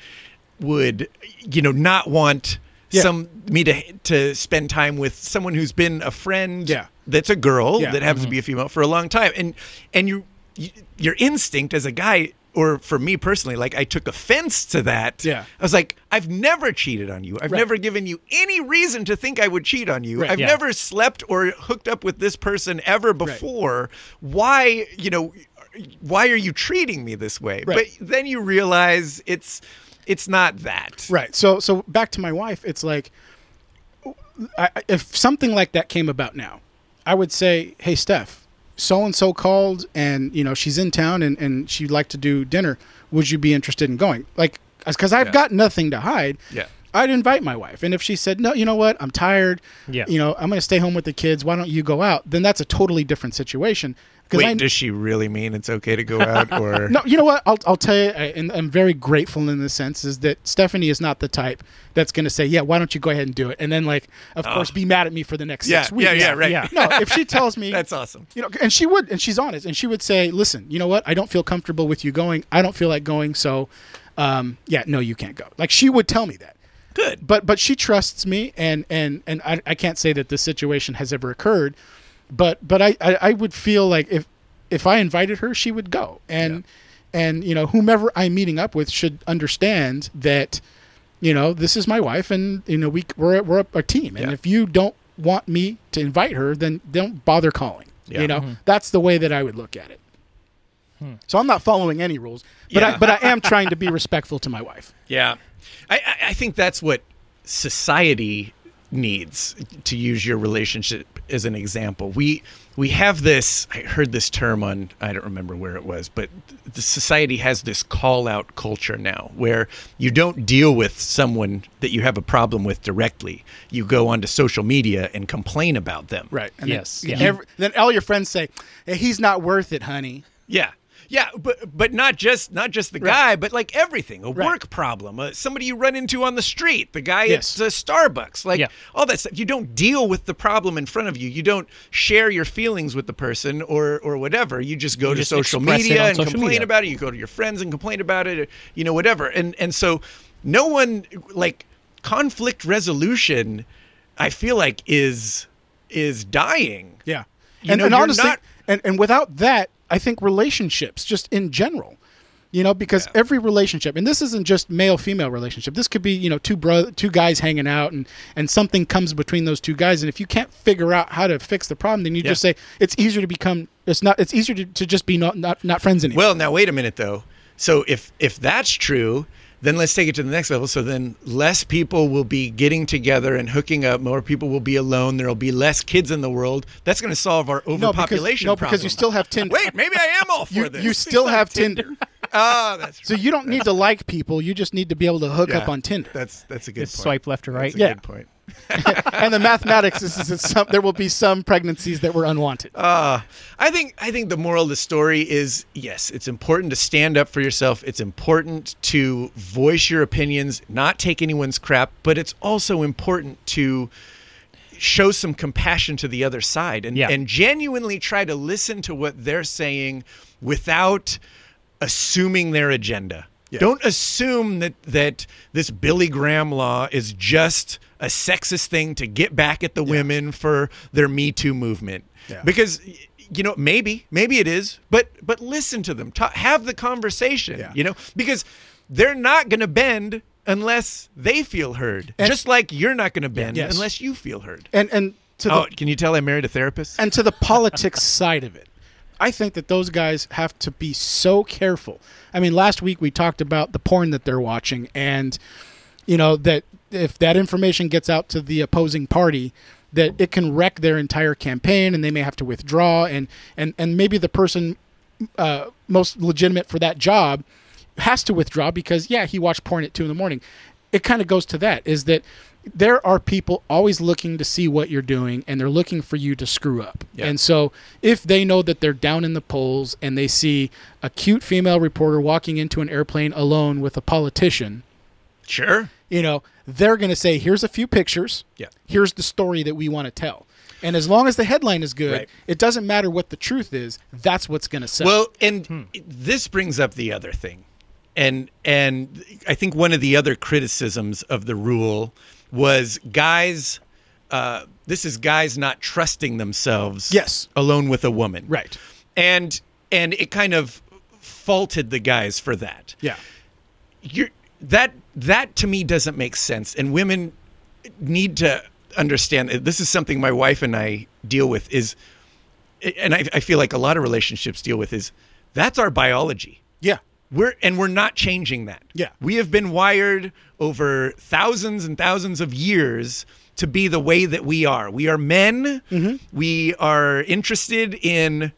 Speaker 1: would you know not want
Speaker 3: Yeah.
Speaker 1: some me to to spend time with someone who's been a friend
Speaker 3: Yeah.
Speaker 1: that's a girl
Speaker 3: Yeah.
Speaker 1: that happens to be a female for a long time and and you, you your instinct as a guy or for me personally like I took offense to that
Speaker 3: Yeah.
Speaker 1: I was like I've never cheated on you I've
Speaker 3: Right.
Speaker 1: never given you any reason to think I would cheat on you
Speaker 3: Right.
Speaker 1: I've
Speaker 2: Yeah.
Speaker 1: never slept or hooked up with this person ever before why you know why are you treating me this way
Speaker 3: Right.
Speaker 1: but then you realize it's it's not that
Speaker 3: Right. So so back to my wife, it's like I, I- if something like that came about now, I would say, "Hey Steph, so and so called and you know, she's in town and and she'd like to do dinner. Would you be interested in going?" Like cuz I've
Speaker 1: Yeah.
Speaker 3: got nothing to hide.
Speaker 1: Yeah.
Speaker 3: I'd invite my wife. And if she said, "No, you know what? I'm tired.
Speaker 2: Yeah.
Speaker 3: You know, I'm going to stay home with the kids. Why don't you go out?" Then that's a totally different situation
Speaker 1: wait
Speaker 3: I-
Speaker 1: does she really mean it's okay
Speaker 3: *laughs*
Speaker 1: to go out or
Speaker 3: no, you know what? I'll, I'll tell you, I, and I'm very grateful in this sense is that Stephanie is not the type that's going to say, "Yeah, why don't you go ahead and do it?" And then, like, of course, be mad at me for the next
Speaker 1: Uh. yeah
Speaker 3: six weeks.
Speaker 1: yeah yeah right
Speaker 2: Yeah.
Speaker 3: No, if she tells me,
Speaker 1: *laughs* that's awesome
Speaker 3: you know, and she would, and she's honest, and she would say, "Listen, you know what? I don't feel comfortable with you going. I don't feel like going. So, um, yeah, no, you can't go." Like, she would tell me that
Speaker 1: good
Speaker 3: but but she trusts me and and and I, I can't say that this situation has ever occurred but but I, I i would feel like if if i invited her she would go and and you know whomever i'm meeting up with should understand that you know this is my wife and you know we we're we're a, a team and
Speaker 1: Yeah.
Speaker 3: if you don't want me to invite her then don't bother calling
Speaker 1: Yeah.
Speaker 3: you know that's the way that i would look at it so i'm not following any rules but
Speaker 1: Yeah.
Speaker 3: i but i am trying to be *laughs* respectful to my wife
Speaker 1: yeah I, I i think that's what society needs to use your relationship as an example we we have this i heard this term on i don't remember where it was but the society has this call out culture now where you don't deal with someone that you have a problem with directly you go onto social media and complain about them
Speaker 3: Right. And
Speaker 2: Yes,
Speaker 3: Then,
Speaker 2: yeah.
Speaker 3: every- then all your friends say, "Hey, "He's not worth it, honey."
Speaker 1: Yeah. Yeah, but but not just not just the guy, but like everything, a work problem, uh, somebody you run into on the street, the guy
Speaker 3: Yes.
Speaker 1: at uh, Starbucks, like
Speaker 2: Yeah.
Speaker 1: all that stuff. You don't deal with the problem in front of you. You don't share your feelings with the person or or whatever. You just go to
Speaker 2: just
Speaker 1: social
Speaker 2: express it
Speaker 1: media
Speaker 2: on
Speaker 1: and
Speaker 2: social
Speaker 1: complain
Speaker 2: media.
Speaker 1: about it. You go to your friends and complain about it, or, you know, whatever. And and so no one like conflict resolution. I feel like is is dying.
Speaker 3: Yeah.
Speaker 1: You
Speaker 3: and
Speaker 1: know,
Speaker 3: and
Speaker 1: you're
Speaker 3: honestly,
Speaker 1: not-
Speaker 3: and, and without that, I think relationships just in general, you know, because every relationship, and this isn't just male female relationship. This could be you know two bro two guys hanging out, and and something comes between those two guys, and if you can't figure out how to fix the problem, then you just say it's easier to become. It's not. It's easier to, to just be not not, not friends anymore.
Speaker 1: Well, now wait a minute though. So if if that's true, then let's take it to the next level. So then less people will be getting together and hooking up. More people will be alone. There'll be less kids in the world. That's going to solve our overpopulation.
Speaker 3: no, because
Speaker 1: problem.
Speaker 3: you
Speaker 1: *laughs*
Speaker 3: still have Tinder.
Speaker 1: Wait, maybe I am all for
Speaker 3: you,
Speaker 1: this.
Speaker 3: you still have Tinder.
Speaker 1: *laughs* Ah,
Speaker 3: *laughs*
Speaker 1: that's
Speaker 3: So you don't
Speaker 1: *laughs*
Speaker 3: need to like people. You just need to be able to hook
Speaker 1: yeah.
Speaker 3: up on Tinder.
Speaker 1: That's that's a good
Speaker 2: Just
Speaker 1: point.
Speaker 2: swipe left or right.
Speaker 1: That's a
Speaker 3: Yeah.
Speaker 1: good point.
Speaker 3: and the mathematics is, is that some, there will be some pregnancies that were unwanted.
Speaker 1: Uh, I think I think the moral of the story is yes, it's important to stand up for yourself. It's important to voice your opinions, not take anyone's crap, but it's also important to show some compassion to the other side and,
Speaker 2: Yeah.
Speaker 1: and genuinely try to listen to what they're saying without assuming their agenda. Don't assume that that this Billy Graham law is just a sexist thing to get back at the women for their Me Too movement. Because y- you know maybe maybe it is but but listen to them Ta have the conversation
Speaker 3: Yeah.
Speaker 1: you know because they're not going to bend unless they feel heard
Speaker 3: And-
Speaker 1: just like you're not going to bend
Speaker 3: Yes.
Speaker 1: unless you feel heard
Speaker 3: and and to the
Speaker 1: oh can you tell i married a therapist
Speaker 3: and to the politics side of it. I think that those guys have to be so careful. I mean, last week we talked about the porn that they're watching, and you know that if that information gets out to the opposing party, that it can wreck their entire campaign, and they may have to withdraw, and and and maybe the person uh, most legitimate for that job has to withdraw because yeah he watched porn at two in the morning it kind of goes to that is that there are people always looking to see what you're doing and they're looking for you to screw up
Speaker 1: Yeah.
Speaker 3: and so if they know that they're down in the polls and they see a cute female reporter walking into an airplane alone with a politician
Speaker 1: sure
Speaker 3: you know they're going to say here's a few pictures
Speaker 1: Yeah.
Speaker 3: here's the story that we want to tell and as long as the headline is good
Speaker 1: Right.
Speaker 3: it doesn't matter what the truth is that's what's going to sell
Speaker 1: Well, and
Speaker 3: Hmm.
Speaker 1: this brings up the other thing, and and I think one of the other criticisms of the rule was guys. Uh, this is guys not trusting themselves.
Speaker 3: Yes.
Speaker 1: alone with a woman.
Speaker 3: Right.
Speaker 1: and and it kind of faulted the guys for that
Speaker 3: yeah
Speaker 1: you're that that to me doesn't make sense and women need to understand this is something my wife and i deal with is and I, I feel like a lot of relationships deal with is that's our biology
Speaker 3: yeah
Speaker 1: we're and we're not changing that
Speaker 3: Yeah.
Speaker 1: we have been wired over thousands and thousands of years to be the way that we are we are men
Speaker 3: Mm-hmm.
Speaker 1: we are interested in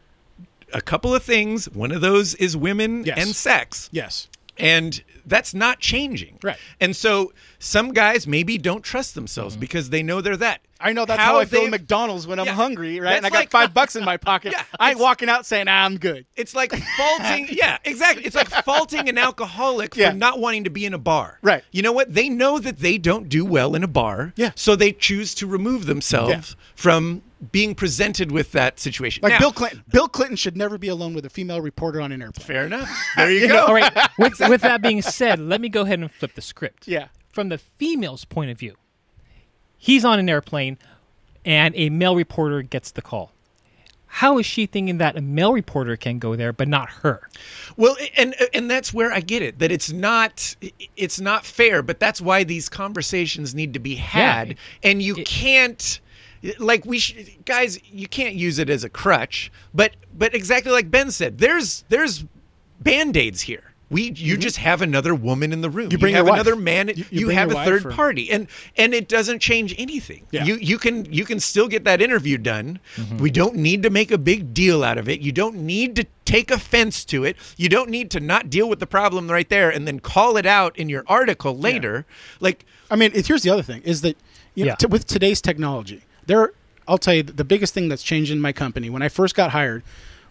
Speaker 1: a couple of things one of those is women
Speaker 3: Yes.
Speaker 1: and sex
Speaker 3: yes
Speaker 1: and that's not changing.
Speaker 3: Right.
Speaker 1: And so some guys maybe don't trust themselves because they know they're that.
Speaker 3: Mm-hmm. I know that's how, I feel
Speaker 1: they-
Speaker 3: at McDonald's when I'm
Speaker 1: Yeah.
Speaker 3: hungry, right?
Speaker 1: That's
Speaker 3: And I got
Speaker 1: like- *laughs*
Speaker 3: five bucks in my pocket.
Speaker 1: Yeah,
Speaker 3: I ain't
Speaker 1: it's-
Speaker 3: walking out saying "Ah, I'm good.
Speaker 1: It's like
Speaker 3: *laughs*
Speaker 1: faulting. yeah, exactly. It's like faulting an alcoholic
Speaker 3: Yeah.
Speaker 1: for not wanting to be in a bar.
Speaker 3: Right.
Speaker 1: You know what? They know that they don't do well in a bar.
Speaker 3: Yeah.
Speaker 1: So they choose to remove themselves from being presented with that situation.
Speaker 3: Like
Speaker 1: Now-
Speaker 3: Bill Clinton. Bill Clinton should never be alone with a female reporter on an airplane.
Speaker 1: Fair
Speaker 3: *laughs*
Speaker 1: enough. There you, go.
Speaker 2: All right.
Speaker 1: *laughs*
Speaker 2: With, with that being said, let me go ahead and flip the script.
Speaker 3: Yeah.
Speaker 2: From the female's point of view, he's on an airplane and a male reporter gets the call. How is she thinking that a male reporter can go there but not her?
Speaker 1: Well, and uh, and that's where I get it that it's not it's not fair, but that's why these conversations need to be had, and you can't like we sh- guys you can't use it as a crutch, but but exactly like Ben said, there's there's band-aids here. We you just have another woman in the room. You
Speaker 3: bring
Speaker 1: have
Speaker 3: your wife.
Speaker 1: another man.
Speaker 3: You-
Speaker 1: You,
Speaker 3: you bring
Speaker 1: have
Speaker 3: your
Speaker 1: a
Speaker 3: wife
Speaker 1: third
Speaker 3: or-
Speaker 1: party, and and it doesn't change anything.
Speaker 3: Yeah. Mm-hmm.
Speaker 1: You you can you can still get that interview done. We don't need to make a big deal out of it. You don't need to take offense to it. You don't need to not deal with the problem right there and then call it out in your article later. Like
Speaker 3: I mean, it- here's the other thing: is that you know,
Speaker 2: Yeah.
Speaker 3: t- with today's technology, there. Are, I'll tell you the biggest thing that's changed in my company. When I first got hired,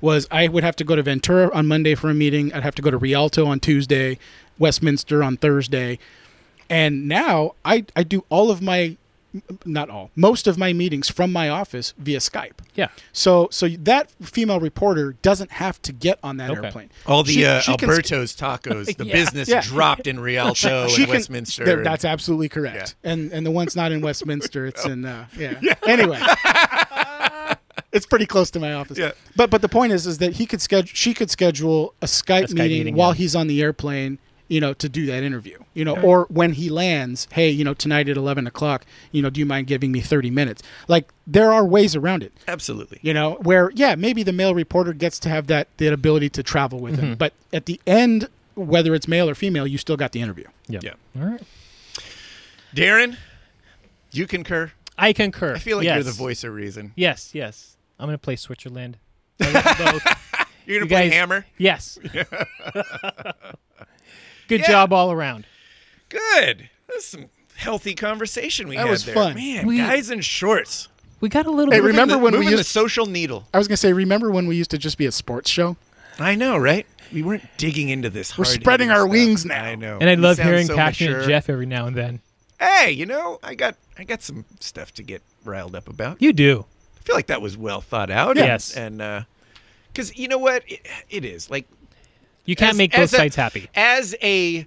Speaker 3: was I would have to go to Ventura on Monday for a meeting. I'd have to go to Rialto on Tuesday, Westminster on Thursday, and now I I do all of my, not all, most of my meetings from my office via Skype.
Speaker 2: Yeah.
Speaker 3: So so that female reporter doesn't have to get on that
Speaker 2: Okay.
Speaker 3: airplane.
Speaker 1: all the
Speaker 3: She-
Speaker 1: uh,
Speaker 3: she can-
Speaker 1: Alberto's tacos, the
Speaker 2: Yeah.
Speaker 1: business
Speaker 3: *laughs* Yeah.
Speaker 1: dropped in Rialto
Speaker 3: she
Speaker 1: and
Speaker 3: can-
Speaker 1: Westminster.
Speaker 3: there- that's absolutely correct. And and the one's not in Westminster. It's in uh, yeah. Anyway, it's pretty close to my office.
Speaker 1: Yeah.
Speaker 3: But but the point is is that he could schedule. She could schedule a Skype, meeting,
Speaker 2: meeting,
Speaker 3: while
Speaker 2: yeah.
Speaker 3: he's on the airplane. You know, to do that interview. You know, or when he lands. Hey, you know, tonight at eleven o'clock. You know, do you mind giving me thirty minutes? Like there are ways around it
Speaker 1: Absolutely.
Speaker 3: you know where yeah maybe the male reporter gets to have that that ability to travel with him but at the end whether it's male or female you still got the interview
Speaker 1: Yeah.
Speaker 2: All right.
Speaker 1: Darren, you concur?
Speaker 2: I concur.
Speaker 1: I feel like
Speaker 2: yes.
Speaker 1: you're the voice of reason.
Speaker 2: Yes, yes. I'm going to play Switzerland. I love both. *laughs*
Speaker 1: You're
Speaker 2: You
Speaker 1: gonna play
Speaker 2: guys-
Speaker 1: hammer.
Speaker 2: Yes. Good
Speaker 1: Yeah.
Speaker 2: job all around.
Speaker 1: Good. That's some healthy conversation we
Speaker 3: That
Speaker 1: had
Speaker 3: was
Speaker 1: there.
Speaker 3: fun.
Speaker 1: Man,
Speaker 2: We-
Speaker 1: guys in shorts.
Speaker 2: We got a little
Speaker 3: Hey,
Speaker 2: bit.
Speaker 3: remember-
Speaker 1: Moving
Speaker 3: when
Speaker 1: the,
Speaker 3: we
Speaker 1: moving the
Speaker 3: used-
Speaker 1: social needle?
Speaker 3: i was going to say remember when we used to just be a sports show
Speaker 1: I know, right? We weren't digging into this. We're
Speaker 3: spreading our wings now.
Speaker 1: I know.
Speaker 2: and I
Speaker 1: We
Speaker 2: love
Speaker 1: sound
Speaker 2: hearing
Speaker 1: so
Speaker 2: passionate
Speaker 1: mature.
Speaker 2: Jeff every now and then.
Speaker 1: Hey, you know, I got I got some stuff to get riled up about.
Speaker 2: You do.
Speaker 1: I feel like that was well thought out.
Speaker 2: Yes.
Speaker 1: and because you know what, it, it is like
Speaker 2: You can't
Speaker 1: as-
Speaker 2: make both
Speaker 1: as a-
Speaker 2: sides happy.
Speaker 1: As a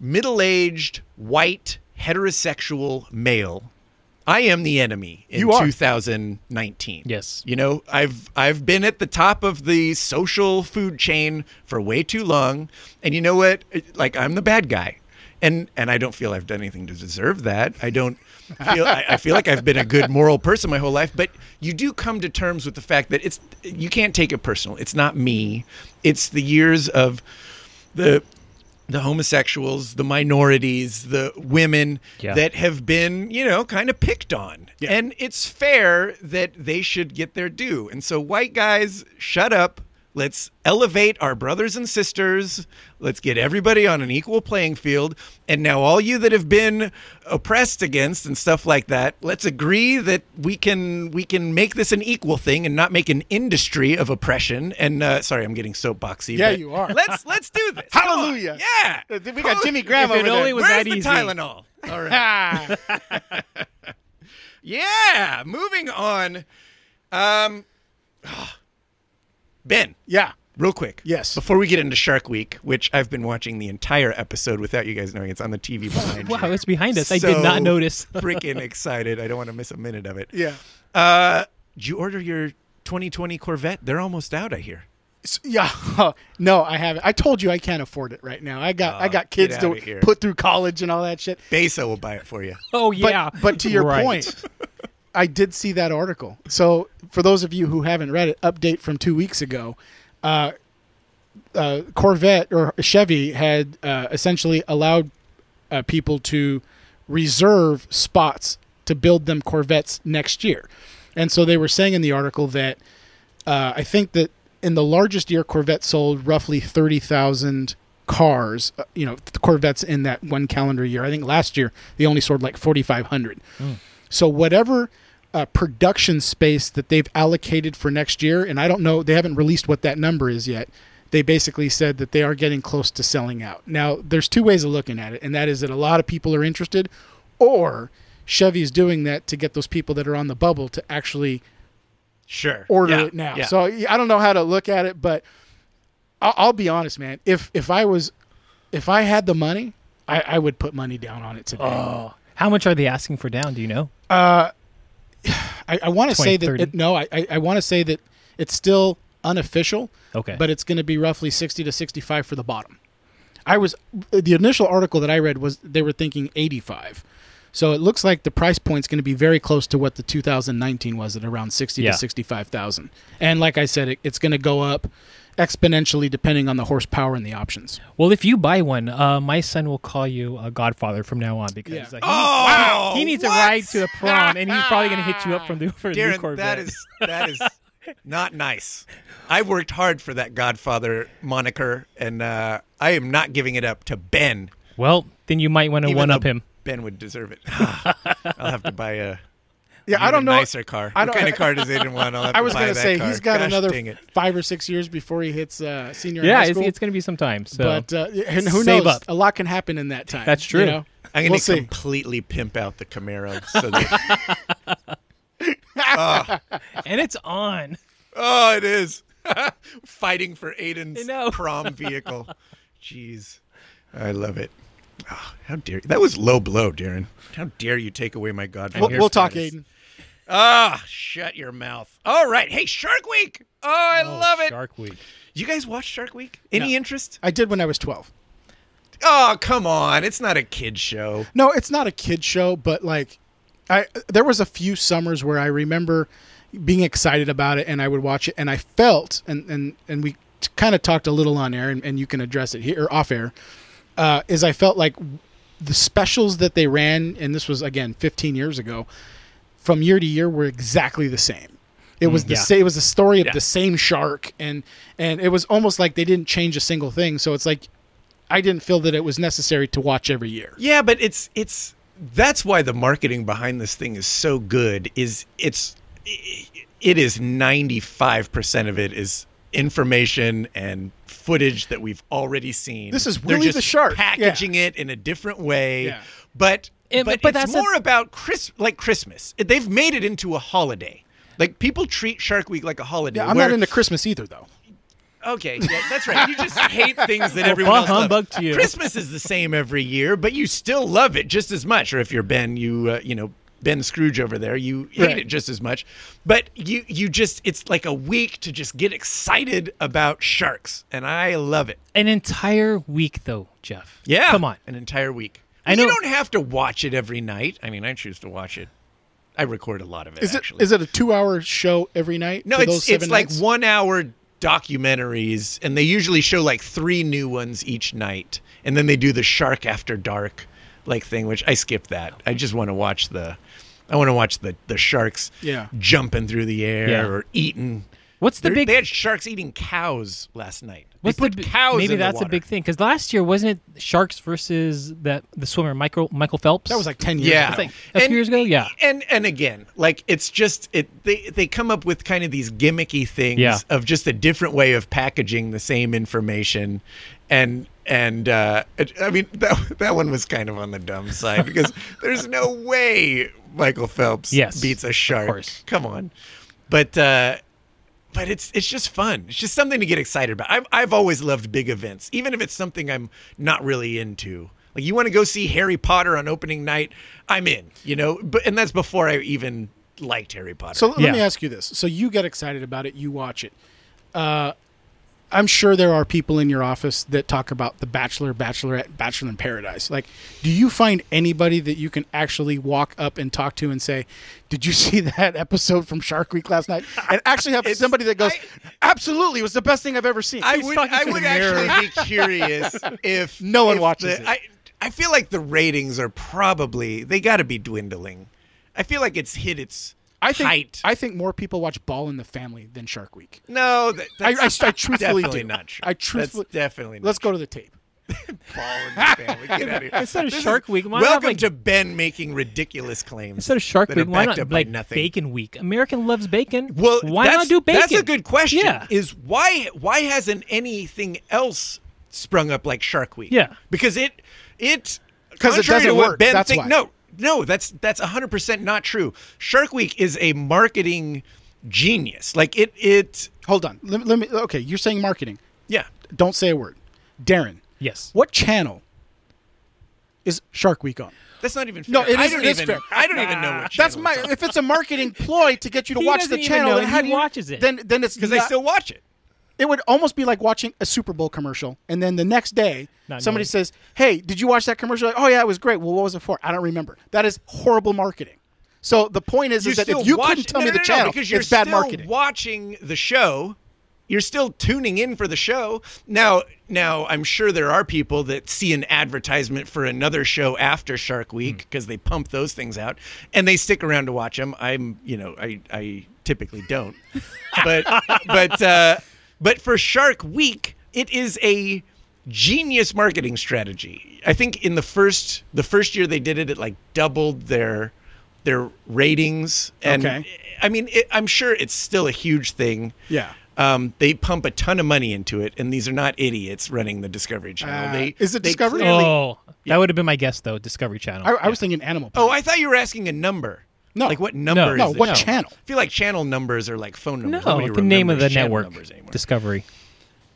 Speaker 1: middle-aged white heterosexual male, I am the enemy in
Speaker 3: You are.
Speaker 1: 2019.
Speaker 2: Yes.
Speaker 1: You know, I've I've been at the top of the social food chain for way too long, and you know what? It- Like I'm the bad guy. And and I don't feel I've done anything to deserve that. I don't feel I, I feel like I've been a good moral person my whole life, but you do come to terms with the fact that it's you can't take it personal. It's not me. It's the years of the the homosexuals, the minorities, the women
Speaker 2: Yeah.
Speaker 1: that have been, you know, kind of picked on. And it's fair that they should get their due. And so white guys, shut up. Let's elevate our brothers and sisters. Let's get everybody on an equal playing field. And now all you that have been oppressed against and stuff like that, let's agree that we can we can make this an equal thing and not make an industry of oppression. And uh, sorry, I'm getting soapboxy.
Speaker 3: Yeah,
Speaker 1: but
Speaker 3: you are.
Speaker 1: Let's let's do
Speaker 3: *laughs*
Speaker 1: this. Come on.
Speaker 4: Hallelujah.
Speaker 1: Yeah.
Speaker 4: We got Jimmy Graham
Speaker 2: If it
Speaker 4: over
Speaker 2: only
Speaker 4: there.
Speaker 2: was
Speaker 1: Where's
Speaker 2: that
Speaker 1: the
Speaker 2: easy.
Speaker 1: Tylenol? All right.
Speaker 4: Ah.
Speaker 1: *laughs* Yeah. Moving on. Um, *sighs* Ben,
Speaker 3: Yeah.
Speaker 1: real quick.
Speaker 3: Yes.
Speaker 1: Before we get into Shark Week, which I've been watching the entire episode without you guys knowing, it's on the TV behind
Speaker 2: *laughs* Wow,
Speaker 1: you.
Speaker 2: it's behind us. I
Speaker 1: So
Speaker 2: did not notice.
Speaker 1: *laughs* freaking excited. I don't want to miss a minute of it.
Speaker 3: Yeah.
Speaker 1: Uh, did you order your 2020 Corvette? They're almost out, I hear.
Speaker 3: S- yeah. *laughs* no, I haven't. I told you I can't afford it right now. I got I
Speaker 1: Ah,
Speaker 3: got
Speaker 1: get
Speaker 3: kids
Speaker 1: outta here.
Speaker 3: to put through college and all that shit.
Speaker 1: Besa will buy it for you.
Speaker 2: Oh
Speaker 3: But
Speaker 2: yeah.
Speaker 3: but to your
Speaker 2: Right.
Speaker 3: point, I did see that article. So for those of you who haven't read it, update from two weeks ago. Uh, uh, Corvette or Chevy had uh, essentially allowed uh, people to reserve spots to build them Corvettes next year, and so they were saying in the article that uh, I think that in the largest year, Corvette sold roughly thirty thousand cars. uh, You know, the Corvettes in that one calendar year. I think last year they only sold like forty five hundred. So whatever uh, production space that they've allocated for next year, and I don't know, they haven't released what that number is yet. They basically said that they are getting close to selling out. Now, there's two ways of looking at it, and that is that a lot of people are interested, or Chevy's doing that to get those people that are on the bubble to actually
Speaker 1: Sure.
Speaker 3: order
Speaker 1: Yeah,
Speaker 3: it now.
Speaker 1: yeah.
Speaker 3: So I don't know how to look at it, but I'll, I'll be honest, man. If if I was, if I had the money, I, I would put money down on it today.
Speaker 1: Oh.
Speaker 2: How much are they asking for down? Do you know?
Speaker 3: I, I want to say that
Speaker 2: 2030?
Speaker 3: it, no. I I, I want to say that it's still unofficial.
Speaker 2: Okay.
Speaker 3: But it's going to be roughly sixty to sixty-five for the bottom. I was the initial article that I read was they were thinking eighty-five. So it looks like the price point's going to be very close to what the 2019 was at around 60
Speaker 2: Yeah.
Speaker 3: to 65,000. And like I said, it, it's going to go up exponentially depending on the horsepower and the options.
Speaker 2: Well, if you buy one, uh, my son will call you uh, Godfather from now on because
Speaker 3: Yeah.
Speaker 2: uh, he,
Speaker 1: Oh, wow.
Speaker 2: he needs
Speaker 1: what?
Speaker 2: a ride to the prom, and he's probably going to hit you up from the *laughs* for a new
Speaker 1: Darren,
Speaker 2: Corvette.
Speaker 1: that is that is not nice. I worked hard for that Godfather moniker, and uh, I am not giving it up to Ben.
Speaker 2: well, then you might want to
Speaker 1: even
Speaker 2: one up
Speaker 1: though
Speaker 2: him.
Speaker 1: Ben would deserve it. Ah, I'll have to buy a
Speaker 3: *laughs* Yeah,
Speaker 1: even nicer car.
Speaker 3: I
Speaker 1: what
Speaker 3: don't-
Speaker 1: kind of car does Aiden want?
Speaker 3: *laughs*
Speaker 1: I'll have
Speaker 3: I was
Speaker 1: going to buy that
Speaker 3: say
Speaker 1: car.
Speaker 3: he's got
Speaker 1: Gosh,
Speaker 3: another *laughs*
Speaker 1: Dang it.
Speaker 3: five or six years before he hits uh, senior in
Speaker 2: Yeah,
Speaker 3: high
Speaker 2: it's,
Speaker 3: school.
Speaker 2: it's going to be some time. So
Speaker 3: but uh, and who
Speaker 2: save
Speaker 3: knows?
Speaker 2: up.
Speaker 3: A lot can happen in that time.
Speaker 2: That's true.
Speaker 3: You know?
Speaker 1: I'm going
Speaker 3: we'll
Speaker 1: to
Speaker 3: see.
Speaker 1: completely pimp out the Camaro so that uh,
Speaker 2: and it's on.
Speaker 1: oh, it is *laughs* fighting for Aiden's
Speaker 2: I know. *laughs*
Speaker 1: prom vehicle. Jeez, I love it. Ah, how dare that was low blow, Darren? How dare you take away my Godfather?
Speaker 3: We'll,
Speaker 2: here's
Speaker 3: we'll talk,
Speaker 1: status.
Speaker 3: Aiden.
Speaker 1: Ah, shut your mouth. All right. Hey, Shark Week. Oh, I *laughs* love it.
Speaker 2: Shark Week.
Speaker 1: You guys watch Shark Week? Any
Speaker 3: No.
Speaker 1: interest?
Speaker 3: I did when I was 12.
Speaker 1: Oh, come on. It's not a kid show.
Speaker 3: No, it's not a kid show, but like, I there was a few summers where I remember being excited about it, and I would watch it, and I felt, and and and we kind of talked a little on air, and, and you can address it here or off air, uh, is I felt like the specials that they ran, and this was again 15 years ago, from year to year were exactly the same. It was the
Speaker 2: Mm, yeah.
Speaker 3: sa- it was the story of
Speaker 2: Yeah.
Speaker 3: the same shark, and and it was almost like they didn't change a single thing. So it's like. I didn't feel that it was necessary to watch every year.
Speaker 1: Yeah, but it's it's that's why the marketing behind this thing is so good is it's it is 95% of it is information and footage that we've already seen.
Speaker 3: This is
Speaker 1: They're
Speaker 3: Willy
Speaker 1: just
Speaker 3: the Shark. Yeah.
Speaker 1: packaging it in a different way.
Speaker 3: Yeah.
Speaker 1: But
Speaker 2: And-
Speaker 1: but,
Speaker 2: but
Speaker 1: it's
Speaker 2: that's a-
Speaker 1: more about Chris like Christmas. They've made it into a holiday. Like people treat Shark Week like a holiday.
Speaker 3: Yeah, I'm
Speaker 1: where-
Speaker 3: not into Christmas either, though.
Speaker 1: Okay, yeah, that's right. You just hate things
Speaker 2: *laughs*
Speaker 1: that everyone
Speaker 2: bah
Speaker 1: else loves.
Speaker 2: humbug to you.
Speaker 1: Christmas is the same every year, but you still love it just as much. Or if you're Ben, you uh, you know Ben Scrooge over there. You hate
Speaker 3: Right.
Speaker 1: it just as much, but you you just it's like a week to just get excited about sharks, and I love it.
Speaker 2: An entire week, though, Jeff.
Speaker 1: Yeah,
Speaker 2: Come on.
Speaker 1: an entire week.
Speaker 2: I
Speaker 1: You
Speaker 2: know-
Speaker 1: don't have to watch it every night. I mean, I choose to watch it. I record a lot of it.
Speaker 3: Is it
Speaker 1: actually.
Speaker 3: is it a two hour show every night?
Speaker 1: No,
Speaker 3: for
Speaker 1: it's
Speaker 3: those seven
Speaker 1: it's like
Speaker 3: nights?
Speaker 1: one hour documentaries, and they usually show like three new ones each night, and then they do the Shark After Dark like thing, which I skip that. I just want to watch the, I want to watch the the sharks
Speaker 3: Yeah.
Speaker 1: jumping through the air
Speaker 2: Yeah.
Speaker 1: or eating.
Speaker 2: What's the
Speaker 1: They're-
Speaker 2: big?
Speaker 1: they had sharks eating cows last night. They
Speaker 2: what's
Speaker 1: put
Speaker 2: the, bi-
Speaker 1: cows
Speaker 2: Maybe
Speaker 1: in the
Speaker 2: that's a
Speaker 1: water.
Speaker 2: big thing because last year wasn't it sharks versus that the swimmer Michael Michael Phelps?
Speaker 3: that was like ten years.
Speaker 1: Yeah,
Speaker 3: ago.
Speaker 2: like a few years ago, yeah.
Speaker 1: and and again, like it's just it they they come up with kind of these gimmicky things
Speaker 2: Yeah.
Speaker 1: of just a different way of packaging the same information, and and uh, it- I mean *laughs* that that one was kind of on the dumb side
Speaker 2: *laughs*
Speaker 1: because there's no way Michael Phelps
Speaker 2: Yes,
Speaker 1: beats a
Speaker 2: of
Speaker 1: shark.
Speaker 2: course.
Speaker 1: Come on, but. uh but it's it's just fun. It's just something to get excited about. I've I've always loved big events, even if it's something I'm not really into. Like you want to go see Harry Potter on opening night, I'm in. You know, but and that's before I even liked Harry Potter.
Speaker 3: So let
Speaker 2: Yeah.
Speaker 3: me ask you this: So you get excited about it, you watch it. Uh, I'm sure there are people in your office that talk about The Bachelor, Bachelorette, Bachelor in Paradise. Like, do you find anybody that you can actually walk up and talk to and say, "Did you *laughs* see that episode from Shark Week last night?" And actually have
Speaker 1: It's-
Speaker 3: somebody that goes,
Speaker 1: I-
Speaker 3: "Absolutely, it was the best thing I've ever seen."
Speaker 1: I
Speaker 2: He's
Speaker 1: would
Speaker 2: talking
Speaker 1: I
Speaker 2: to
Speaker 1: would
Speaker 2: the mirror.
Speaker 1: actually be
Speaker 3: *laughs*
Speaker 1: curious if
Speaker 3: No one
Speaker 1: if
Speaker 3: watches
Speaker 1: the-
Speaker 3: it.
Speaker 1: I I feel like the ratings are probably they got to be dwindling. I feel like it's hit its
Speaker 3: I think
Speaker 1: height.
Speaker 3: I think more people watch Ball in the Family than Shark Week.
Speaker 1: no, that,
Speaker 3: I,
Speaker 1: that's
Speaker 3: I, I truthfully
Speaker 1: definitely
Speaker 3: do.
Speaker 1: not true.
Speaker 3: I truthfully
Speaker 1: that's definitely not
Speaker 3: Let's go to the tape.
Speaker 1: ball in the family.
Speaker 3: *laughs*
Speaker 1: Get out of here.
Speaker 2: Instead
Speaker 1: *laughs*
Speaker 2: of
Speaker 1: This is-
Speaker 2: Shark Week, why not,
Speaker 1: welcome
Speaker 2: like-
Speaker 1: to Ben making ridiculous claims.
Speaker 2: Instead of Shark
Speaker 1: that
Speaker 2: Week,
Speaker 1: are
Speaker 2: why
Speaker 1: backed
Speaker 2: not
Speaker 1: up by
Speaker 2: like
Speaker 1: nothing.
Speaker 2: Bacon Week? American loves bacon.
Speaker 1: Well,
Speaker 2: why
Speaker 1: that's,
Speaker 2: not do bacon?
Speaker 1: That's a good question.
Speaker 2: Yeah.
Speaker 1: Is why why hasn't anything else sprung up like Shark Week?
Speaker 2: Yeah.
Speaker 1: because it it
Speaker 3: 'Cause it
Speaker 1: contrary
Speaker 3: doesn't
Speaker 1: to what
Speaker 3: work,
Speaker 1: Ben
Speaker 3: that's
Speaker 1: think-
Speaker 3: why.
Speaker 1: No, no, that's that's hundred percent not true. Shark Week is a marketing genius. Like it it
Speaker 3: Hold on. Let, me- let me. Okay, you're saying marketing.
Speaker 1: yeah.
Speaker 3: Don't say a word. Darren,
Speaker 2: yes.
Speaker 3: what channel is Shark Week on?
Speaker 1: That's not even fair.
Speaker 3: No, it
Speaker 1: I
Speaker 3: is-
Speaker 1: don't
Speaker 3: it is
Speaker 1: even
Speaker 3: fair.
Speaker 1: I don't even know what
Speaker 3: That's
Speaker 1: channel
Speaker 3: my.
Speaker 1: it's on,
Speaker 3: If it's a marketing ploy to get you to
Speaker 2: He
Speaker 3: watch
Speaker 2: doesn't
Speaker 3: the
Speaker 2: even
Speaker 3: channel,
Speaker 2: know,
Speaker 3: then
Speaker 2: and
Speaker 3: how
Speaker 2: he
Speaker 3: do you,
Speaker 2: watches it.
Speaker 3: Then then it's
Speaker 1: because I
Speaker 3: not-
Speaker 1: still watch it.
Speaker 3: It would almost be like watching a Super Bowl commercial, and then the next day
Speaker 2: Not
Speaker 3: somebody
Speaker 2: knowing.
Speaker 3: says, "Hey, did you watch that commercial?" Like, oh yeah, it was great. Well, what was it for? I don't remember. That is horrible marketing. So the point is, is that
Speaker 1: still
Speaker 3: if you
Speaker 1: watch-
Speaker 3: couldn't tell
Speaker 1: No,
Speaker 3: me
Speaker 1: no,
Speaker 3: the
Speaker 1: no, no,
Speaker 3: channel,
Speaker 1: because you're
Speaker 3: it's bad
Speaker 1: still
Speaker 3: marketing.
Speaker 1: watching the show. You're still tuning in for the show. Now, now I'm sure there are people that see an advertisement for another show after Shark Week because they pump those things out and they stick around to watch them. I'm, you know, I I typically don't. but but uh but for Shark Week, it is a genius marketing strategy. I think in the first the first year they did it it like doubled their their ratings and
Speaker 3: Okay.
Speaker 1: I mean, it, I'm sure it's still a huge thing.
Speaker 3: Yeah.
Speaker 1: Um, they pump a ton of money into it, and these are not idiots running the Discovery Channel.
Speaker 3: Uh,
Speaker 1: they,
Speaker 3: is it
Speaker 1: they
Speaker 3: Discovery?
Speaker 1: clearly-
Speaker 2: oh, that would have been my guess though. Discovery Channel.
Speaker 3: I, I was thinking Animal.
Speaker 1: oh,
Speaker 3: Planet.
Speaker 1: I thought you were asking a number.
Speaker 3: No.
Speaker 1: Like what number?
Speaker 3: no,
Speaker 1: is the
Speaker 3: what
Speaker 1: channel?
Speaker 3: channel?
Speaker 1: I feel like channel numbers are like phone numbers.
Speaker 2: no,
Speaker 1: Nobody
Speaker 2: the name of
Speaker 1: remembers
Speaker 2: the
Speaker 1: channel
Speaker 2: network.
Speaker 1: numbers anymore.
Speaker 2: Discovery.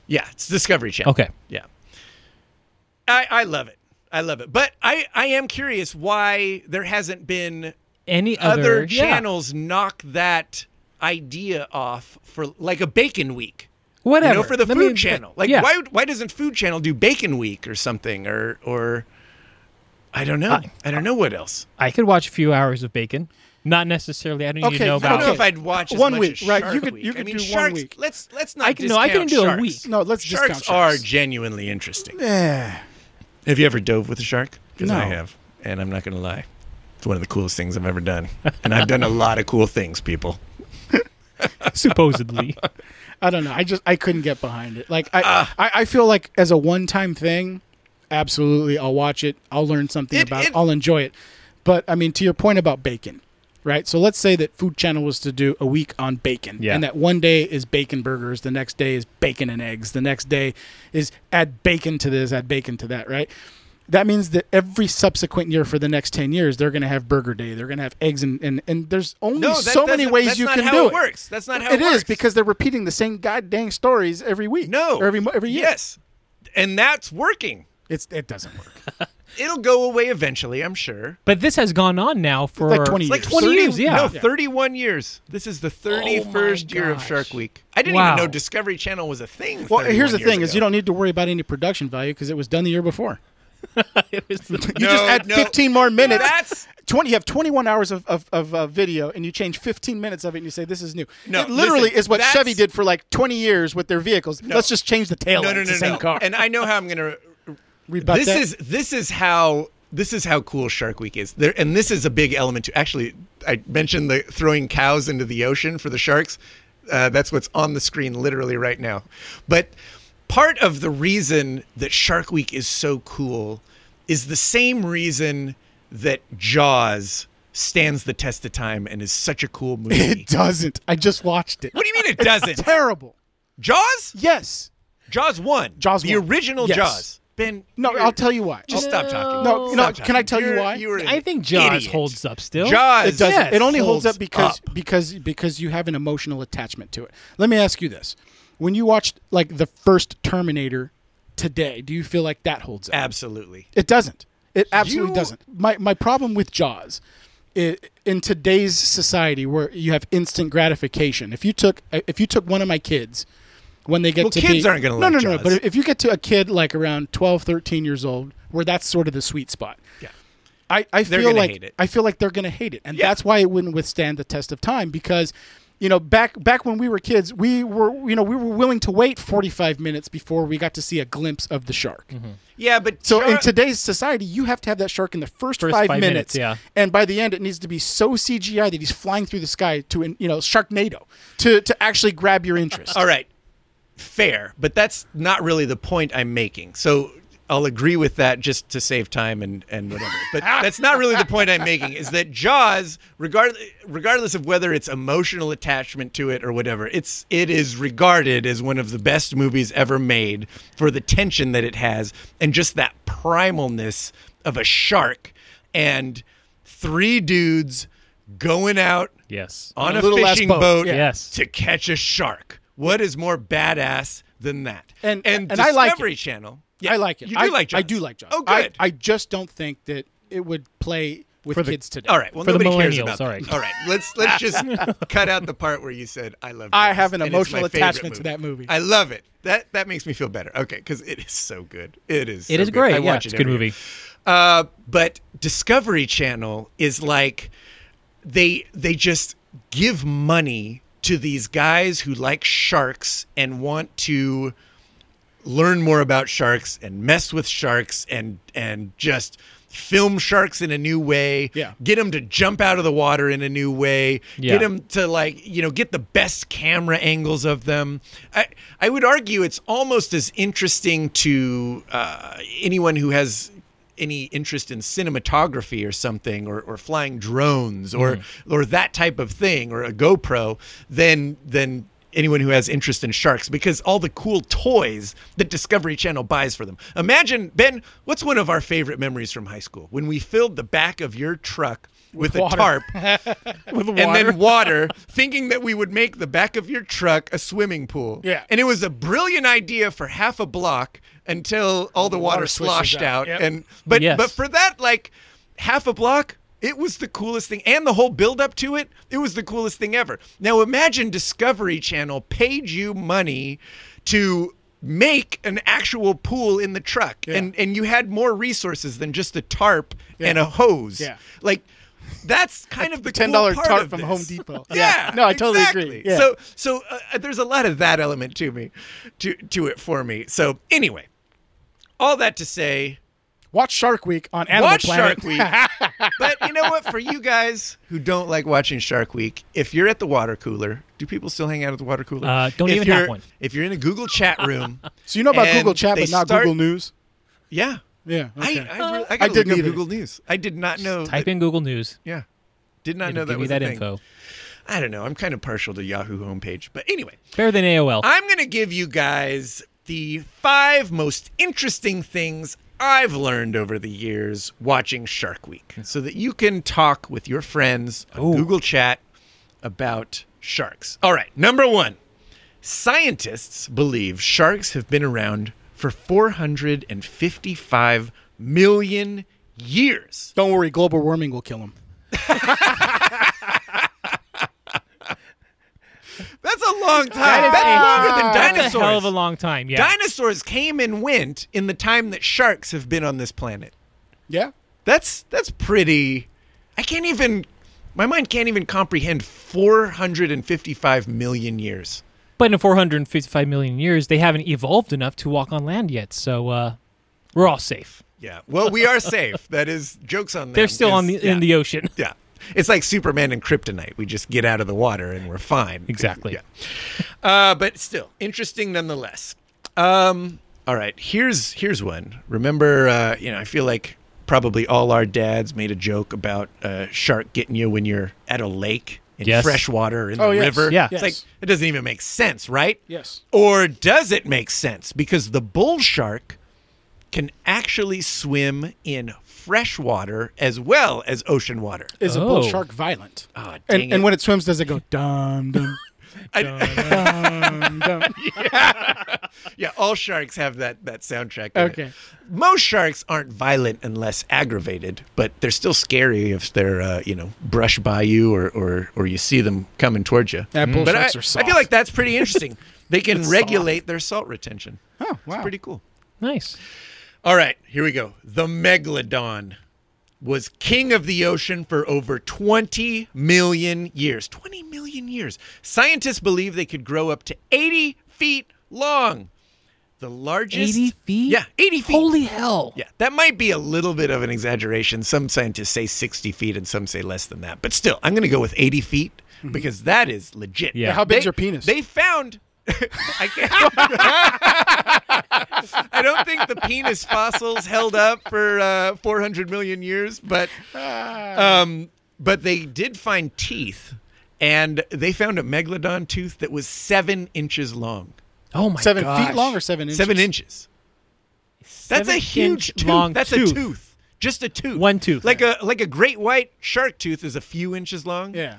Speaker 1: Yeah, it's Discovery Channel.
Speaker 2: Okay.
Speaker 1: Yeah. I I love it. I love it. But I I am curious why there hasn't been
Speaker 2: Any other,
Speaker 1: other
Speaker 2: yeah.
Speaker 1: channels knock that idea off for like a bacon week.
Speaker 2: Whatever.
Speaker 1: You know, for the
Speaker 2: Let
Speaker 1: food
Speaker 2: me-
Speaker 1: channel. Like,
Speaker 2: yeah.
Speaker 1: why why doesn't Food Channel do Bacon Week or something or or I don't know. I, don't know what else.
Speaker 2: I could watch a few hours of bacon. Not necessarily. I don't need
Speaker 3: Okay,
Speaker 2: to know
Speaker 3: I
Speaker 1: I
Speaker 2: about.
Speaker 1: don't know
Speaker 3: Okay.
Speaker 1: if I'd watch as
Speaker 3: One
Speaker 1: much
Speaker 3: week,
Speaker 1: as
Speaker 3: right,
Speaker 1: Shark
Speaker 3: you could-
Speaker 1: Week.
Speaker 3: you
Speaker 1: I
Speaker 3: could
Speaker 1: mean,
Speaker 3: do one
Speaker 1: sharks,
Speaker 3: week.
Speaker 1: Let's let's not.
Speaker 2: I can- no, I can
Speaker 1: discount
Speaker 2: do a
Speaker 1: sharks.
Speaker 2: week.
Speaker 3: No, let's
Speaker 1: Sharks
Speaker 3: discount
Speaker 1: are
Speaker 3: sharks.
Speaker 1: genuinely interesting.
Speaker 3: Yeah.
Speaker 1: Have you ever dove with a shark? Because I
Speaker 3: No.
Speaker 1: have, and I'm not going to lie. It's one of the coolest things I've ever done, and I've done a lot of cool things, people.
Speaker 2: *laughs* supposedly.
Speaker 3: I don't know. I just I couldn't get behind it. Like I
Speaker 1: Ah.
Speaker 3: I, I feel like as a one time thing, absolutely I'll watch it. I'll learn something
Speaker 1: It-
Speaker 3: about it,
Speaker 1: it-
Speaker 3: I'll enjoy it. But I mean to your point about bacon, right? So let's say that Food Channel was to do a week on bacon.
Speaker 2: Yeah.
Speaker 3: And that one day is bacon burgers, the next day is bacon and eggs, the next day is add bacon to this, add bacon to that, right? That means that every subsequent year for the next ten years, they're going to have Burger Day. They're going to have eggs, and, and, and there's only
Speaker 1: that
Speaker 3: so many
Speaker 1: doesn't-
Speaker 3: ways
Speaker 1: that's
Speaker 3: you
Speaker 1: not
Speaker 3: can
Speaker 1: how
Speaker 3: do
Speaker 1: it
Speaker 3: it.
Speaker 1: works. That's not how it
Speaker 3: It is
Speaker 1: works.
Speaker 3: because they're repeating the same god dang stories every week.
Speaker 1: No,
Speaker 3: or every mo- every year.
Speaker 1: Yes, and that's working.
Speaker 3: it's it doesn't work.
Speaker 1: it'll go away eventually, I'm sure.
Speaker 2: But this has gone on now for
Speaker 3: like 20
Speaker 1: It's like
Speaker 3: Years.
Speaker 1: 20
Speaker 2: 30
Speaker 1: years.
Speaker 2: yeah.
Speaker 1: No, *laughs*
Speaker 2: Yeah.
Speaker 1: 31 years. This is the 31st year of
Speaker 2: gosh.
Speaker 1: Shark Week. I didn't
Speaker 2: Wow.
Speaker 1: even know Discovery Channel was a thing.
Speaker 3: Well, here's the
Speaker 1: 31 years
Speaker 3: thing: is
Speaker 1: ago.
Speaker 3: you don't need to worry about any production value because it was done the year before.
Speaker 2: *laughs* It
Speaker 1: *laughs*
Speaker 2: was the-
Speaker 3: You just
Speaker 1: No,
Speaker 3: add
Speaker 1: no.
Speaker 3: 15 more minutes.
Speaker 1: That's-
Speaker 3: twenty. You have 21 hours of, of, of uh, video, and you change 15 minutes of it, and you say this is new.
Speaker 1: No,
Speaker 3: it literally
Speaker 1: listen,
Speaker 3: is what
Speaker 1: that's-
Speaker 3: Chevy did for like 20 years with their vehicles. Let's just change the tail.
Speaker 1: No,
Speaker 3: light.
Speaker 1: no,
Speaker 3: It's
Speaker 1: no,
Speaker 3: the same
Speaker 1: no.
Speaker 3: car.
Speaker 1: And I know how I'm gonna.
Speaker 3: Rebut
Speaker 1: this
Speaker 3: that.
Speaker 1: is this is how this is how cool Shark Week is. There, and this is a big element to actually. I mentioned the throwing cows into the ocean for the sharks. Uh, that's what's on the screen literally right now. But part of the reason that Shark Week is so cool is the same reason that Jaws stands the test of time and is such a
Speaker 3: *laughs*
Speaker 1: cool movie.
Speaker 3: *laughs* It doesn't. I just watched it.
Speaker 1: what do you mean it doesn't?
Speaker 3: Terrible.
Speaker 1: Jaws?
Speaker 3: Yes.
Speaker 1: Jaws one.
Speaker 3: Jaws
Speaker 1: The
Speaker 3: one.
Speaker 1: original
Speaker 3: Yes.
Speaker 1: Jaws. Ben.
Speaker 3: No,
Speaker 1: you're-
Speaker 3: I'll tell you why.
Speaker 1: Just
Speaker 3: I'll-
Speaker 1: stop talking.
Speaker 3: Oh. No, no,
Speaker 1: Stop
Speaker 3: can I
Speaker 1: talking.
Speaker 3: tell you
Speaker 1: You're-
Speaker 3: why?
Speaker 1: you're an
Speaker 2: I think Jaws
Speaker 1: idiot.
Speaker 2: holds up still.
Speaker 1: Jaws.
Speaker 3: It does.
Speaker 2: Yes,
Speaker 3: it only holds,
Speaker 2: holds
Speaker 3: up because
Speaker 1: up.
Speaker 3: because because you have an emotional attachment to it. Let me ask you this: When you watched like the first Terminator today, do you feel like that holds up?
Speaker 1: Absolutely.
Speaker 3: It doesn't. It absolutely
Speaker 1: You-
Speaker 3: doesn't. My my problem with Jaws, i in today's society where you have instant gratification, if you took if you took one of my kids when they get
Speaker 1: Well,
Speaker 3: to
Speaker 1: kids
Speaker 3: be-
Speaker 1: aren't gonna
Speaker 3: no
Speaker 1: like
Speaker 3: no no
Speaker 1: Jaws.
Speaker 3: but if you get to a kid like around 12, 13 years old where that's sort of the sweet spot.
Speaker 1: Yeah.
Speaker 3: I, I
Speaker 1: They're
Speaker 3: feel
Speaker 1: gonna
Speaker 3: like
Speaker 1: hate it.
Speaker 3: I feel like they're gonna hate it, and
Speaker 1: Yeah.
Speaker 3: that's why it wouldn't withstand the test of time because, you know, back back when we were kids, we were you know we were willing to wait forty five minutes before we got to see a glimpse of the shark.
Speaker 1: Yeah, but
Speaker 3: So in
Speaker 1: Jar-
Speaker 3: today's society, you have to have that shark in the first, five,
Speaker 2: five minutes,
Speaker 3: minutes,
Speaker 2: yeah.
Speaker 3: and by the end, it needs to be so CGI that he's flying through the sky to an- you know Sharknado to to actually grab your
Speaker 1: *laughs*
Speaker 3: interest.
Speaker 1: all right, fair, but that's not really the point I'm making. So I'll agree with that just to save time and and whatever. But that's not really the point I'm making. Is that Jaws, regardless regardless of whether it's emotional attachment to it or whatever, it's it is regarded as one of the best movies ever made for the tension that it has and just that primalness of a shark and three dudes going out
Speaker 2: Yes.
Speaker 1: on
Speaker 3: a
Speaker 1: a,
Speaker 3: little ass
Speaker 1: fishing
Speaker 3: boat,
Speaker 1: boat,
Speaker 3: yeah.
Speaker 2: Yes.
Speaker 1: to catch a shark. What is more badass than that?
Speaker 3: And-
Speaker 1: and,
Speaker 3: and I
Speaker 1: Discovery
Speaker 3: like it.
Speaker 1: Channel.
Speaker 3: I like it.
Speaker 1: You do
Speaker 3: I,
Speaker 1: like Jaws.
Speaker 3: I do like Jaws.
Speaker 1: Oh, good.
Speaker 3: I, I just don't think that it would play with
Speaker 2: the-
Speaker 3: kids today.
Speaker 1: all right. Well,
Speaker 2: For the
Speaker 1: nobody cares
Speaker 2: millennials,
Speaker 1: about.
Speaker 2: all
Speaker 1: that.
Speaker 2: right.
Speaker 1: All right. Let's let's
Speaker 3: *laughs*
Speaker 1: just cut out the part where you said I love.
Speaker 3: I
Speaker 1: Jaws,
Speaker 3: have an
Speaker 1: and it's my
Speaker 3: emotional
Speaker 1: favorite
Speaker 3: attachment to that movie.
Speaker 1: I love it. That that makes me feel better. Okay, because it is so good. It is.
Speaker 2: It
Speaker 1: so
Speaker 2: is
Speaker 1: good.
Speaker 2: great.
Speaker 1: I
Speaker 2: yeah,
Speaker 1: watch
Speaker 2: it's
Speaker 1: it
Speaker 2: a good
Speaker 1: every year.
Speaker 2: movie.
Speaker 1: Uh, but Discovery Channel is like they they just give money to these guys who like sharks and want to learn more about sharks and mess with sharks and and just film sharks in a new way
Speaker 3: Yeah.
Speaker 1: get them to jump out of the water in a new way
Speaker 2: Yeah.
Speaker 1: get them to like you know get the best camera angles of them i i would argue it's almost as interesting to uh, anyone who has any interest in cinematography or something or, or flying drones or or that type of thing or a gopro than than anyone who has interest in sharks because all the cool toys that Discovery Channel buys for them. Imagine, Ben, what's one of our favorite memories from high school? When we filled the back of your truck with, a
Speaker 3: water.
Speaker 1: tarp
Speaker 2: With water.
Speaker 1: and then
Speaker 3: *laughs*
Speaker 1: water, thinking that we would make the back of your truck a swimming pool.
Speaker 3: Yeah.
Speaker 1: And it was a brilliant idea for half a block until all the water,
Speaker 3: water swishes
Speaker 1: sloshed
Speaker 3: out.
Speaker 1: out.
Speaker 3: Yep.
Speaker 1: And but
Speaker 2: Yes.
Speaker 1: but for that like half a block, it was the coolest thing. And the whole build up to it, it was the coolest thing ever. Now imagine Discovery Channel paid you money to make an actual pool in the truck and and you had more resources than just a tarp and a hose
Speaker 3: Yeah.
Speaker 1: like that's kind of the
Speaker 3: ten
Speaker 1: cool
Speaker 3: dollar
Speaker 1: part
Speaker 3: tarp
Speaker 1: of
Speaker 3: from
Speaker 1: this.
Speaker 3: Home *laughs* Depot.
Speaker 1: Yeah,
Speaker 3: no, I totally agree.
Speaker 1: exactly.
Speaker 3: Yeah.
Speaker 1: So, so uh, there's a lot of that element to me, to to it for me. So anyway, all that to say,
Speaker 3: watch Shark Week on Animal
Speaker 1: watch
Speaker 3: Planet.
Speaker 1: Shark
Speaker 3: *laughs*
Speaker 1: Week. but you know what? For you guys who don't like watching Shark Week, if you're at the water cooler, do people still hang out at the water cooler?
Speaker 2: Uh, don't
Speaker 1: If
Speaker 2: even have
Speaker 1: you're-
Speaker 2: one.
Speaker 1: If you're in a Google
Speaker 2: *laughs*
Speaker 1: chat room,
Speaker 3: So you know about
Speaker 1: and
Speaker 3: Google Chat,
Speaker 1: they
Speaker 3: but not
Speaker 1: start-
Speaker 3: Google News.
Speaker 1: Yeah,
Speaker 3: Yeah. Okay.
Speaker 1: I I, re- I,
Speaker 3: I
Speaker 1: gotta
Speaker 3: didn't
Speaker 1: look up
Speaker 3: either.
Speaker 1: Google News. I did not know.
Speaker 2: Type
Speaker 1: that-
Speaker 2: in Google News.
Speaker 1: Yeah, did not
Speaker 2: It'll
Speaker 1: know that
Speaker 2: give you
Speaker 1: was a
Speaker 2: that
Speaker 1: thing.
Speaker 2: info.
Speaker 1: I don't know. I'm kind of partial to Yahoo homepage, but anyway.
Speaker 2: Better than AOL.
Speaker 1: I'm going to give you guys the five most interesting things I've learned over the years watching Shark Week so that you can talk with your friends on Google Chat about sharks. All right, number one scientists believe sharks have been around for 455 million years.
Speaker 3: Don't worry, global warming will kill him.
Speaker 1: That's a long time.
Speaker 2: That is
Speaker 1: That's
Speaker 2: a-
Speaker 1: longer than
Speaker 2: That's
Speaker 1: dinosaurs.
Speaker 2: a hell of a long time. Yeah.
Speaker 1: Dinosaurs came and went in the time that sharks have been on this planet.
Speaker 3: Yeah.
Speaker 1: That's that's pretty. I can't even. My mind can't even comprehend 455 million years.
Speaker 2: but in 455 million years, they haven't evolved enough to walk on land yet. So uh, we're all safe.
Speaker 1: Yeah. Well, we are safe. That is jokes on them.
Speaker 2: They're still on the,
Speaker 1: yeah,
Speaker 2: in the ocean.
Speaker 1: *laughs* Yeah. It's like Superman and Kryptonite. We just get out of the water and we're fine.
Speaker 2: Exactly.
Speaker 1: Yeah. Uh, but still interesting nonetheless. Um, all right, here's here's one. Remember, uh, you know, I feel like probably all our dads made a joke about a shark getting you when you're at a lake in
Speaker 2: Yes.
Speaker 1: fresh water in
Speaker 3: Oh,
Speaker 1: the
Speaker 3: yes.
Speaker 1: river.
Speaker 2: Yeah.
Speaker 1: it's
Speaker 3: Yes.
Speaker 1: like it doesn't even make sense, right?
Speaker 3: Yes.
Speaker 1: Or does it make sense? Because the bull shark can actually swim in fresh water as well as ocean water.
Speaker 3: Is a bull
Speaker 2: Oh.
Speaker 3: shark violent?
Speaker 1: Ah, dang
Speaker 3: and,
Speaker 1: it.
Speaker 3: and when it swims, does it go dum dum
Speaker 1: I-
Speaker 3: dum dum?
Speaker 1: *laughs* Yeah, all sharks have that that soundtrack. in it.
Speaker 3: Okay.
Speaker 1: Most sharks aren't violent unless aggravated, but they're still scary if they're uh, you know brushed by you or or, or you see them coming towards you.
Speaker 3: That bull
Speaker 1: but
Speaker 3: sharks
Speaker 1: I,
Speaker 3: are soft.
Speaker 1: I feel like that's pretty interesting. they can
Speaker 3: It's
Speaker 1: regulate their salt retention.
Speaker 3: Oh, wow.
Speaker 1: It's pretty cool.
Speaker 2: Nice.
Speaker 1: All right, here we go. The megalodon was king of the ocean for over 20 million years. 20 million years. Scientists believe they could grow up to 80 feet long. The largest
Speaker 2: 80 feet?
Speaker 1: Yeah, 80 feet.
Speaker 2: Holy hell.
Speaker 1: Yeah, that might be a little bit of an exaggeration. Some scientists say 60 feet and some say less than that. But still, I'm going to go with 80 feet because that is legit.
Speaker 2: Yeah.
Speaker 3: How big's
Speaker 1: They-
Speaker 3: your penis?
Speaker 1: They found. *laughs* I, can't, *laughs* I don't think the penis fossils held up for uh, 400 million years, but
Speaker 3: Ah.
Speaker 1: um, but they did find teeth, and they found a megalodon tooth that was seven inches long.
Speaker 2: Oh my
Speaker 3: *laughs* Seven
Speaker 2: gosh.
Speaker 3: feet long or seven inches?
Speaker 1: Seven inches. That's a
Speaker 2: Seven
Speaker 1: huge
Speaker 2: inch
Speaker 1: tooth.
Speaker 2: long
Speaker 1: That's
Speaker 2: tooth.
Speaker 1: a tooth. Just a tooth.
Speaker 2: One tooth.
Speaker 1: Like a like a great white shark tooth is a few inches long.
Speaker 3: Yeah.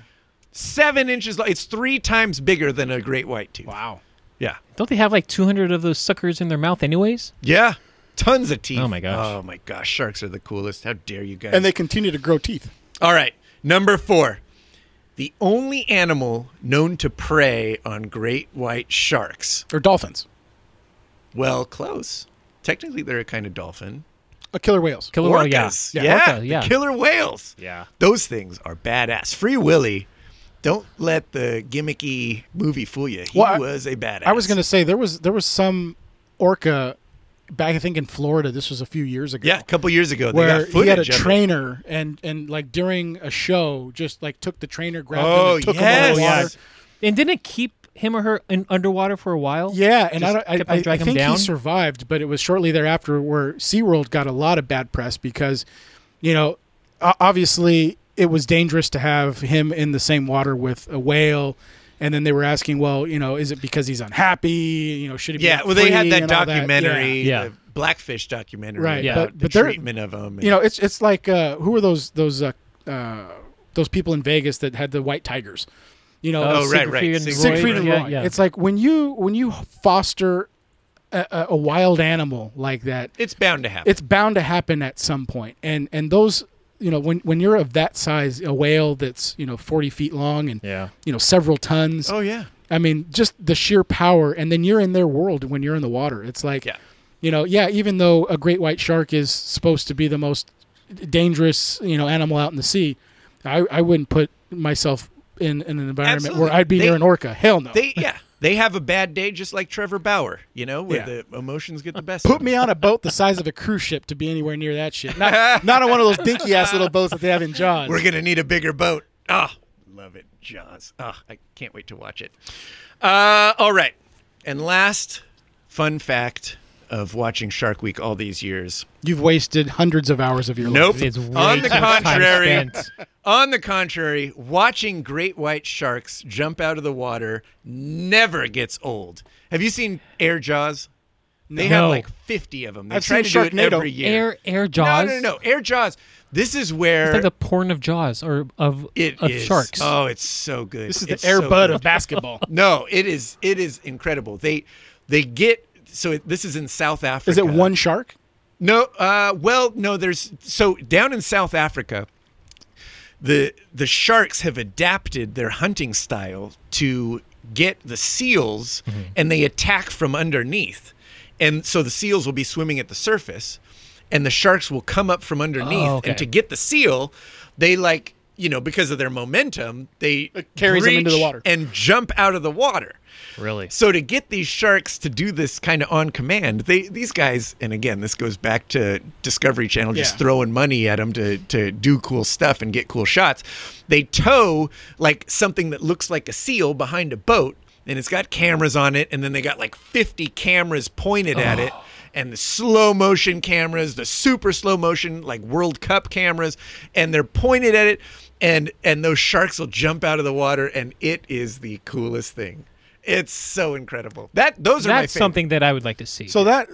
Speaker 1: Seven inches long. It's three times bigger than a great white tooth.
Speaker 3: Wow.
Speaker 1: Yeah.
Speaker 2: Don't they have like 200 of those suckers in their mouth, anyways?
Speaker 1: Yeah. Tons of teeth.
Speaker 2: Oh my gosh.
Speaker 1: Oh my gosh. Sharks are the coolest. How dare you guys?
Speaker 3: And they continue to grow teeth.
Speaker 1: All right. Number four. The only animal known to prey on great white sharks.
Speaker 3: Or dolphins.
Speaker 1: Well, close. Technically, they're a kind of dolphin.
Speaker 3: Uh, killer whales.
Speaker 2: Killer whale, yeah.
Speaker 1: Orcas.
Speaker 2: Yeah,
Speaker 1: Yeah.
Speaker 2: orca,
Speaker 1: the
Speaker 2: yeah.
Speaker 1: killer whales.
Speaker 2: Yeah.
Speaker 1: Those things are badass. Free Willy, don't let the gimmicky movie fool you. He
Speaker 3: Well, I-
Speaker 1: was a badass.
Speaker 3: I was gonna say there was there was some orca back I think in Florida. This was a few years ago.
Speaker 1: Yeah, a couple years ago, they
Speaker 3: Where
Speaker 1: got
Speaker 3: he had a
Speaker 1: footage of it.
Speaker 3: trainer and and like during a show, just like took the trainer, grabbed him,
Speaker 1: Oh,
Speaker 3: and took
Speaker 1: yes.
Speaker 3: him underwater.
Speaker 1: Yes.
Speaker 2: And didn't it keep him or her in underwater for a while?
Speaker 3: Yeah, and
Speaker 2: Just
Speaker 3: I, don't,
Speaker 2: kept
Speaker 3: I,
Speaker 2: on
Speaker 3: I, I
Speaker 2: dragging him
Speaker 3: think he
Speaker 2: down?
Speaker 3: survived, but it was shortly thereafter where SeaWorld got a lot of bad press because, you know, o- obviously it was dangerous to have him in the same water with a whale. And then they were asking, well, you know, is it because he's unhappy? You know, should he be
Speaker 1: Yeah,
Speaker 3: let
Speaker 1: well, they had
Speaker 3: free
Speaker 1: that
Speaker 3: and all Yeah.
Speaker 1: documentary,
Speaker 2: Yeah.
Speaker 1: the Blackfish documentary
Speaker 3: Right,
Speaker 1: about
Speaker 3: but-
Speaker 1: the
Speaker 3: but they're-
Speaker 1: treatment of them.
Speaker 3: You know, it's it's like uh, who are those those uh, uh, those people in Vegas that had the white tigers? You know,
Speaker 1: Oh,
Speaker 2: Uh,
Speaker 1: right, right.
Speaker 2: Siegfried and
Speaker 1: Siegfried
Speaker 2: Roy.
Speaker 3: Siegfried and
Speaker 2: Yeah,
Speaker 3: Roy.
Speaker 2: yeah.
Speaker 3: It's like when you when you foster a, a, a wild animal like that,
Speaker 1: it's bound to happen.
Speaker 3: it's bound to happen at some point. And and those you know when when you're of that size, a whale that's you know 40 feet long and
Speaker 1: *laughs*
Speaker 2: Yeah.
Speaker 3: you know several tons.
Speaker 1: oh yeah,
Speaker 3: I mean, just the sheer power. And then you're in their world when you're in the water. It's like
Speaker 1: yeah.
Speaker 3: you know, yeah, even though a great white shark is supposed to be the most dangerous, you know, animal out in the sea, I, I wouldn't put myself in, in an environment where
Speaker 1: Absolutely.
Speaker 3: I'd be
Speaker 1: They-
Speaker 3: near an orca. Hell no.
Speaker 1: They yeah, they have a bad day just like Trevor Bauer. You know, where
Speaker 3: Yeah.
Speaker 1: the emotions get the best.
Speaker 3: Put
Speaker 1: of
Speaker 3: me on a boat the size of a cruise ship to be anywhere near that
Speaker 1: *laughs*
Speaker 3: shit. Not, not on one of those dinky ass little boats that they have in Jaws.
Speaker 1: We're gonna need a bigger boat. Ah, love it, Jaws. Ah, I can't wait to watch it. Uh, all right, and last fun fact of watching Shark Week all these years.
Speaker 3: You've wasted hundreds of hours of your life.
Speaker 1: Nope.
Speaker 2: It's way
Speaker 1: on the
Speaker 2: too much time
Speaker 1: contrary,
Speaker 2: spent.
Speaker 1: on the contrary, watching great white sharks jump out of the water never gets old. Have you seen Air Jaws? They
Speaker 2: No.
Speaker 1: have like fifty of them. They
Speaker 3: I've
Speaker 1: try to
Speaker 3: seen
Speaker 1: do it
Speaker 3: Sharknado.
Speaker 1: every year.
Speaker 2: Air, air jaws.
Speaker 1: No, no, no, no. Air Jaws. This is
Speaker 2: It's
Speaker 1: where
Speaker 2: like the porn of jaws or of,
Speaker 1: it
Speaker 2: of
Speaker 1: is.
Speaker 2: sharks.
Speaker 1: Oh, it's so good.
Speaker 3: This is
Speaker 1: It's
Speaker 3: the Air
Speaker 1: so *laughs*
Speaker 3: Bud
Speaker 1: good.
Speaker 3: of basketball.
Speaker 1: No, it is. It is incredible. They they get so it, this is in South Africa.
Speaker 3: Is it one shark?
Speaker 1: No, uh, well, no. There's so down in South Africa, the the sharks have adapted their hunting style to get the seals,
Speaker 3: Mm-hmm.
Speaker 1: and they attack from underneath, and so the seals will be swimming at the surface, and the sharks will come up from underneath,
Speaker 3: Oh,
Speaker 2: okay.
Speaker 1: and to get the seal, they like you know because of their momentum they
Speaker 3: It carries them into the
Speaker 1: reach
Speaker 3: water.
Speaker 1: and jump out of the water.
Speaker 4: Really?
Speaker 1: So to get these sharks to do this kind of on command, they these guys, and again, this goes back to Discovery Channel just
Speaker 3: Yeah.
Speaker 1: throwing money at them to to do cool stuff and get cool shots. They tow like something that looks like a seal behind a boat, and it's got cameras on it, and then they got like 50 cameras pointed at it. And the slow motion cameras, the super slow motion, like World Cup cameras, and they're pointed at it, and and those sharks will jump out of the water, and it is the coolest thing. It's so incredible. That those are my
Speaker 2: That's
Speaker 1: favorite.
Speaker 2: something that I would like to see.
Speaker 3: So that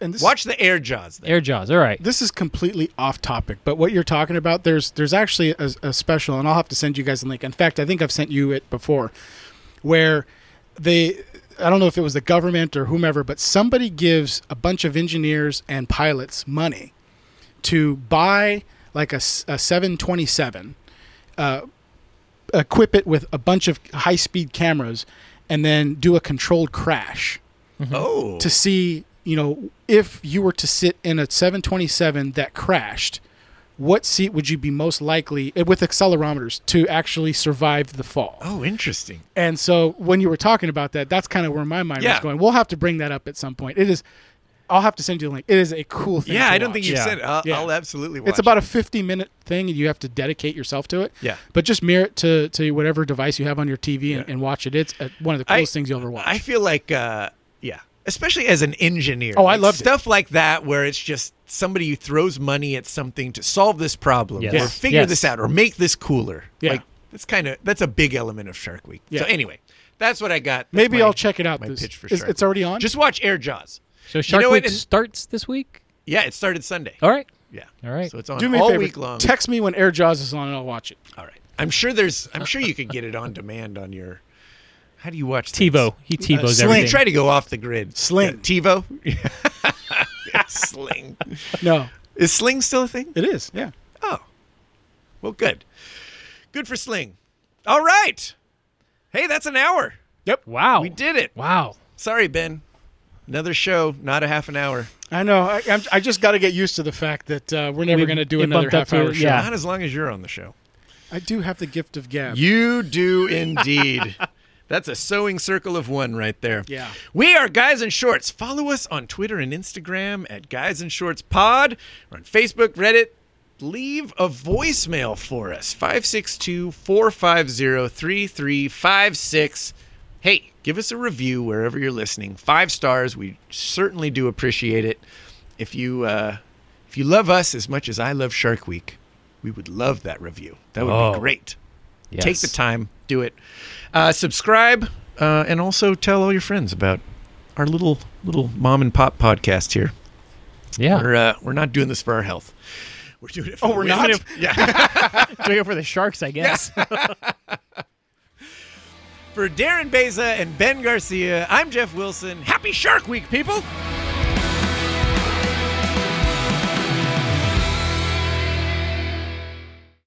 Speaker 3: and this
Speaker 1: Watch the air jaws. Then.
Speaker 2: air jaws. All right.
Speaker 3: this is completely off topic, but what you're talking about, there's there's actually a, a special, and I'll have to send you guys a link. In fact, I think I've sent you it before, where they, I don't know if it was the government or whomever, but somebody gives a bunch of engineers and pilots money to buy like a, s- a 727, uh, equip it with a bunch of high speed cameras, and then do a controlled crash
Speaker 1: Oh,
Speaker 3: Mm-hmm. to see, you know, if you were to sit in a 727 that crashed, what seat would you be most likely eh, with accelerometers to actually survive the fall?
Speaker 1: oh, interesting.
Speaker 3: And so when you were talking about that, that's kind of where my mind
Speaker 1: Yeah.
Speaker 3: was going. We'll have to bring that up at some point. It is I'll have to send you the link. It is a cool thing.
Speaker 1: Yeah,
Speaker 3: to
Speaker 1: I don't
Speaker 3: watch.
Speaker 1: think you've
Speaker 4: Yeah.
Speaker 1: said it. I'll,
Speaker 3: Yeah.
Speaker 1: I'll absolutely watch.
Speaker 3: it's about a 50 minute thing and you have to dedicate yourself to it.
Speaker 1: Yeah.
Speaker 3: But just mirror it to, to whatever device you have on your TV and, and watch it. It's uh, one of the
Speaker 1: I-
Speaker 3: coolest things you'll ever watch.
Speaker 1: I feel like, uh, yeah, especially as an engineer.
Speaker 3: Oh, I
Speaker 1: like,
Speaker 3: loved it.
Speaker 1: stuff like that where it's just somebody who throws money at something to solve this problem
Speaker 4: Yes.
Speaker 1: or
Speaker 4: Yes.
Speaker 1: figure
Speaker 2: Yes.
Speaker 1: this out or make this cooler.
Speaker 3: Yeah.
Speaker 1: Like that's kind of that's a big element of Shark Week.
Speaker 3: Yeah.
Speaker 1: So anyway, that's what I got. That's
Speaker 3: Maybe
Speaker 1: my-
Speaker 3: I'll check it out.
Speaker 1: My
Speaker 3: this-
Speaker 1: pitch for
Speaker 3: is-
Speaker 1: Shark
Speaker 3: it's
Speaker 1: Week.
Speaker 3: already on.
Speaker 1: Just watch Air Jaws.
Speaker 2: So Shark
Speaker 1: you know
Speaker 2: Week
Speaker 1: what? And-
Speaker 2: starts this week.
Speaker 1: yeah, it started Sunday.
Speaker 2: All right.
Speaker 1: Yeah.
Speaker 2: All right.
Speaker 1: So it's on
Speaker 3: Oh, Do me
Speaker 1: all
Speaker 3: a favor.
Speaker 1: week long.
Speaker 3: Text me when Air Jaws is on, and I'll watch it.
Speaker 1: all right. I'm sure there's. I'm sure you could get it on demand on your. How do you watch things?
Speaker 2: TiVo. He TiVo's
Speaker 3: Uh, Sling.
Speaker 1: Sling.
Speaker 2: everything.
Speaker 1: Try to go off the grid.
Speaker 3: Sling.
Speaker 1: Yeah, TiVo. Yeah, Sling.
Speaker 3: No,
Speaker 1: Is Sling still a thing?
Speaker 3: it is. Yeah.
Speaker 1: Oh. Well, good. Good for Sling. All right. Hey, that's an hour.
Speaker 2: Wow.
Speaker 1: We did it.
Speaker 2: Wow.
Speaker 1: Sorry, Ben. Another show, not a half an hour.
Speaker 3: I know. I, I'm, I just got to get used to the fact that uh, we're never
Speaker 2: We-
Speaker 3: going to do
Speaker 2: it
Speaker 3: another
Speaker 2: bumped up
Speaker 3: half hour
Speaker 2: to-
Speaker 3: show.
Speaker 2: yeah.
Speaker 1: Not as long as you're on the show.
Speaker 3: I do have the gift of gab.
Speaker 1: You do
Speaker 3: *laughs*
Speaker 1: indeed. That's a sewing circle of one right there.
Speaker 3: Yeah.
Speaker 1: We are Guys in Shorts. Follow us on Twitter and Instagram at Guys in Shorts Pod. We're on Facebook, Reddit. Leave a voicemail for us 562 450 3356. Hey, give us a review wherever you're listening. Five stars. We certainly do appreciate it. If you uh, if you love us as much as I love Shark Week, we would love that review. That would
Speaker 2: Oh.
Speaker 1: be great.
Speaker 2: Yes.
Speaker 1: Take the time, do it. Uh, subscribe, uh, and also tell all your friends about our little little mom and pop podcast here.
Speaker 2: Yeah.
Speaker 1: We're uh, we're not doing this for our health. We're doing it. For
Speaker 3: Oh,
Speaker 1: the
Speaker 3: we're
Speaker 1: win. *laughs*
Speaker 3: not?
Speaker 1: Yeah.
Speaker 2: Doing it for the sharks, I guess.
Speaker 1: for Darren Beza and Ben Garcia, I'm Jeff Wilson. Happy Shark Week, people.